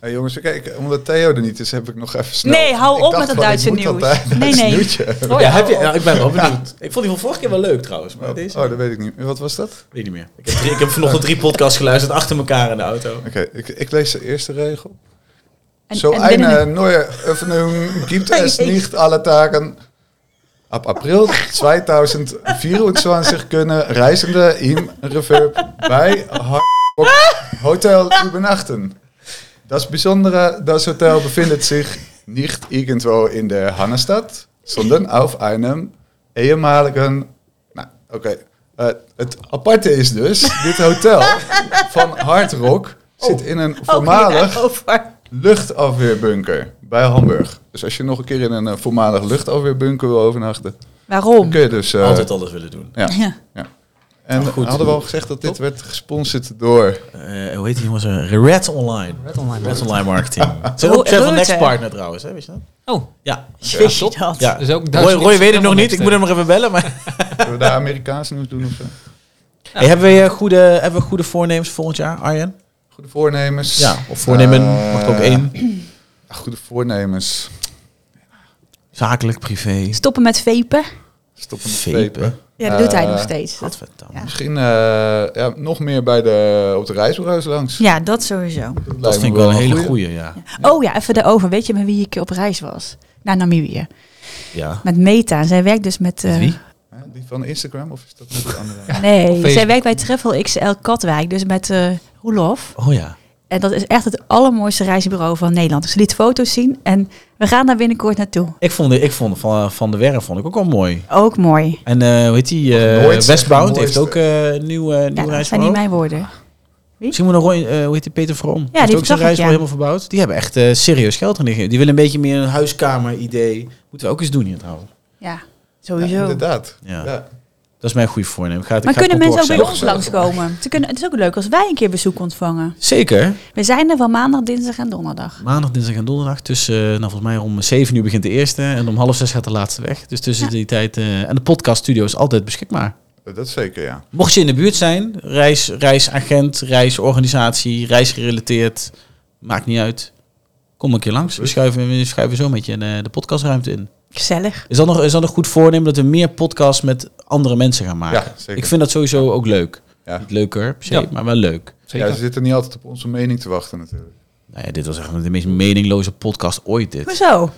[SPEAKER 4] Hey, jongens, kijk, omdat Theo er niet is, heb ik nog even snel...
[SPEAKER 5] Nee, hou
[SPEAKER 4] Ik
[SPEAKER 5] op
[SPEAKER 4] dacht
[SPEAKER 5] met dat
[SPEAKER 4] van, ik
[SPEAKER 5] Duitse
[SPEAKER 4] moet dat
[SPEAKER 5] nieuws.
[SPEAKER 4] Duitse
[SPEAKER 5] Nee, nee.
[SPEAKER 4] nieuwtje hebben.
[SPEAKER 3] ja, heb je, nou, ik ben wel benieuwd. Ik vond die van vorige keer wel leuk trouwens, maar
[SPEAKER 4] Oh,
[SPEAKER 3] deze
[SPEAKER 4] dat weet ik niet. Wat was dat?
[SPEAKER 3] weet niet meer. Ik heb, drie, ik heb vanochtend drie podcasts geluisterd achter elkaar in de auto.
[SPEAKER 4] Oké, ik, ik lees de eerste regel.
[SPEAKER 5] En,
[SPEAKER 4] Zo
[SPEAKER 5] en binnen
[SPEAKER 4] eine
[SPEAKER 5] een-
[SPEAKER 4] neue Öffnung gibt es nicht alle Tage. Ab April 2024 können Reisende im Reverb bei Hardrock Hotel übernachten. Das Besondere, das Hotel befindet sich nicht irgendwo in der Hannestadt, sondern auf einem ehemaligen... Nou, oké. Eh, het aparte is dus, dit hotel van Hardrock zit in een
[SPEAKER 5] Oh,
[SPEAKER 4] voormalig
[SPEAKER 5] ja, over.
[SPEAKER 4] luchtafweerbunker bij Hamburg. Dus als je nog een keer in een eh, voormalig luchtafweerbunker wil overnachten,
[SPEAKER 5] Waarom?
[SPEAKER 4] dan kun je dus... eh,
[SPEAKER 3] Altijd alles willen doen.
[SPEAKER 4] ja.
[SPEAKER 5] Ja.
[SPEAKER 4] En
[SPEAKER 3] goed.
[SPEAKER 4] hadden we al gezegd dat dit werd gesponsord door...
[SPEAKER 3] Eh, hoe heet die jongens? eh, Red Online.
[SPEAKER 2] Red online.
[SPEAKER 3] Red Online Marketing. Ze zijn ook Travel
[SPEAKER 5] Roet,
[SPEAKER 3] Next
[SPEAKER 5] hè?
[SPEAKER 3] partner trouwens, hè? Weet je dat?
[SPEAKER 2] Oh,
[SPEAKER 3] Ja.
[SPEAKER 5] Wist je dat?
[SPEAKER 3] ja.
[SPEAKER 2] Dus ook
[SPEAKER 3] Roy,
[SPEAKER 2] Duits-
[SPEAKER 3] Roy weet het nog
[SPEAKER 2] Travel
[SPEAKER 3] niet.
[SPEAKER 2] Next,
[SPEAKER 3] Ik moet hem nog even bellen, maar...
[SPEAKER 4] Zullen we daar Amerikaanse nieuws doen of zo?
[SPEAKER 3] Hey, hebben, we eh, goede, hebben we goede voornemens volgend jaar, Arjen?
[SPEAKER 4] Goede voornemens.
[SPEAKER 3] Ja, of voornemen,
[SPEAKER 4] Eh,
[SPEAKER 3] mag er ook één.
[SPEAKER 4] ja, Goede voornemens.
[SPEAKER 3] Zakelijk, privé.
[SPEAKER 5] Stoppen met vapen.
[SPEAKER 4] Stoppen met
[SPEAKER 3] Vapen.
[SPEAKER 4] vapen.
[SPEAKER 5] Ja, dat doet hij
[SPEAKER 4] Eh,
[SPEAKER 5] nog steeds.
[SPEAKER 3] Godverdamme.
[SPEAKER 4] Misschien eh, ja, nog meer bij de, op de reisbureaus langs.
[SPEAKER 5] Ja, dat sowieso.
[SPEAKER 4] lijkt
[SPEAKER 3] Dat
[SPEAKER 4] me
[SPEAKER 3] vind ik wel een hele
[SPEAKER 4] goeie.
[SPEAKER 3] goeie, ja.
[SPEAKER 5] Oh ja, even daarover. Weet je met wie ik op reis was? Naar Namibië.
[SPEAKER 3] ja.
[SPEAKER 5] Met Meta. Zij werkt dus met... eh,
[SPEAKER 3] Met wie?
[SPEAKER 4] Hè, Die van Instagram of is dat met de andere?
[SPEAKER 5] Nee, zij
[SPEAKER 2] Facebook.
[SPEAKER 5] werkt bij Travel XL Katwijk. Dus met eh Roelof.
[SPEAKER 3] Oh ja.
[SPEAKER 5] En dat is echt het allermooiste reisbureau van Nederland. Dus ze liet foto's zien. En we gaan daar binnenkort naartoe.
[SPEAKER 3] Ik vond, ik vond van, van de Werf vond ik ook wel mooi.
[SPEAKER 5] Ook mooi.
[SPEAKER 3] En eh hoe heet die? eh,
[SPEAKER 4] Nooit zeggen
[SPEAKER 3] Westbound
[SPEAKER 4] mooiste.
[SPEAKER 3] heeft ook eh, een nieuw, eh
[SPEAKER 5] Ja, dat
[SPEAKER 3] nieuw
[SPEAKER 5] zijn niet
[SPEAKER 3] reisbureau.
[SPEAKER 5] mijn woorden.
[SPEAKER 3] Misschien moet nog Roy, eh, hoe heet die, Peter Vroom. heeft
[SPEAKER 5] die
[SPEAKER 3] ook zijn
[SPEAKER 5] zag ik,
[SPEAKER 3] reisbureau
[SPEAKER 5] ja.
[SPEAKER 3] helemaal verbouwd. Die hebben echt eh, serieus geld erin gegeven. Die willen een beetje meer een huiskamer-idee. Moeten we ook eens doen hier trouwens.
[SPEAKER 5] Ja,
[SPEAKER 4] Ja,
[SPEAKER 5] sowieso.
[SPEAKER 4] inderdaad.
[SPEAKER 3] Ja.
[SPEAKER 4] Ja.
[SPEAKER 3] Dat is mijn goede voornemen. Ik ga het,
[SPEAKER 5] maar
[SPEAKER 3] ik ga het
[SPEAKER 5] kunnen mensen ook bij
[SPEAKER 3] kantoor
[SPEAKER 5] ons
[SPEAKER 3] zelf-
[SPEAKER 5] langskomen? Ze kunnen, het is ook leuk als wij een keer bezoek ontvangen.
[SPEAKER 3] Zeker.
[SPEAKER 5] We zijn er van maandag, dinsdag en donderdag.
[SPEAKER 3] Maandag, dinsdag en donderdag. Tussen, eh, nou volgens mij om 7 uur begint de eerste. En om half zes gaat de laatste weg. Dus tussen die tijd. eh, en de podcaststudio is altijd beschikbaar.
[SPEAKER 4] Dat zeker, ja.
[SPEAKER 3] Mocht je in de buurt zijn, reis, reisagent, reisorganisatie, reisgerelateerd, maakt niet uit. Kom een keer langs. We schuiven, we schuiven zo met je in, eh, de podcastruimte in.
[SPEAKER 5] Gezellig.
[SPEAKER 3] Is dat, nog, is dat een goed voornemen dat we meer podcasts met andere mensen gaan maken?
[SPEAKER 4] Ja, zeker.
[SPEAKER 3] Ik vind dat sowieso ook leuk.
[SPEAKER 4] Ja.
[SPEAKER 3] Niet leuker per se,
[SPEAKER 2] Ja.
[SPEAKER 3] maar wel leuk.
[SPEAKER 2] Zeker.
[SPEAKER 4] Ja, dus- ze zitten niet altijd op onze mening te wachten natuurlijk.
[SPEAKER 3] Nou ja, dit was echt de meest meningloze podcast ooit dit.
[SPEAKER 5] Hoezo?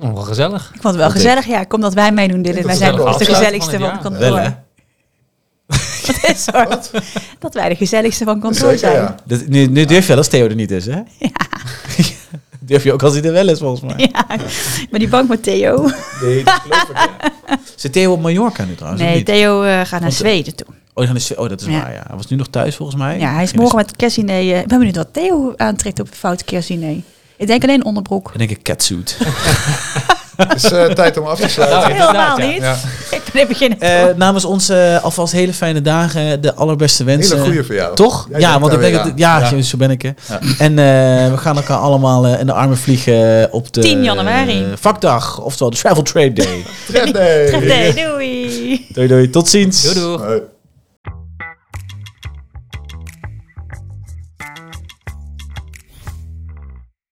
[SPEAKER 2] Oh, wel gezellig.
[SPEAKER 5] Ik vond het wel
[SPEAKER 3] Oké.
[SPEAKER 5] gezellig. Ja, kom dat wij meedoen, Dylan. Wij
[SPEAKER 4] is
[SPEAKER 5] zijn
[SPEAKER 4] wel
[SPEAKER 5] nog de
[SPEAKER 2] afsluit
[SPEAKER 5] gezelligste
[SPEAKER 2] van het
[SPEAKER 5] van
[SPEAKER 2] jaar.
[SPEAKER 5] kantoor.
[SPEAKER 3] Wel, hè?
[SPEAKER 5] Wat is dat? Dat wij de gezelligste van
[SPEAKER 4] Zeker,
[SPEAKER 5] kantoor zijn.
[SPEAKER 4] ja.
[SPEAKER 3] Dat, nu, nu durf je wel als Theo er niet is, hè? Ja. durf je ook als hij er wel is, volgens mij.
[SPEAKER 5] Ja, maar die bank met Theo.
[SPEAKER 3] Nee, dat geloof ik, ja. Zit Theo op Mallorca nu trouwens? of
[SPEAKER 5] Nee,
[SPEAKER 3] niet?
[SPEAKER 5] Theo eh, gaat naar
[SPEAKER 3] Want, eh,
[SPEAKER 5] Zweden toe.
[SPEAKER 3] Oh, die gaan dus- oh, dat is
[SPEAKER 5] Ja.
[SPEAKER 3] waar, ja. Hij was nu nog thuis, volgens mij.
[SPEAKER 5] Ja, hij is
[SPEAKER 3] Ging
[SPEAKER 5] morgen
[SPEAKER 3] dus-
[SPEAKER 5] met kerstdiner. eh, ik ben benieuwd wat Theo aantrekt op het foute kerstdiner. Ik denk alleen onderbroek.
[SPEAKER 3] Ik denk een catsuit.
[SPEAKER 4] Het is eh, tijd om af te sluiten.
[SPEAKER 2] Nou,
[SPEAKER 5] Helemaal
[SPEAKER 2] inderdaad, ja.
[SPEAKER 5] niet.
[SPEAKER 4] Ja.
[SPEAKER 5] Ik ben in het begin
[SPEAKER 3] Eh, namens ons eh, alvast hele fijne dagen. De allerbeste wensen.
[SPEAKER 4] Hele goede voor jou.
[SPEAKER 3] Toch?
[SPEAKER 4] Jij
[SPEAKER 3] ja,
[SPEAKER 4] denkt
[SPEAKER 3] want ik
[SPEAKER 4] daar
[SPEAKER 3] denk
[SPEAKER 4] weer
[SPEAKER 3] dat... Ja,
[SPEAKER 4] aan.
[SPEAKER 3] zo- zo ben ik. Hè. En eh, we gaan elkaar allemaal eh, in de armen vliegen op de...
[SPEAKER 5] 10 januari.
[SPEAKER 3] eh, vakdag, oftewel de Travel Trade Day.
[SPEAKER 4] Trend day.
[SPEAKER 5] Nee, doei.
[SPEAKER 3] doei doei, tot ziens.
[SPEAKER 2] Doei doei.
[SPEAKER 4] Hoi.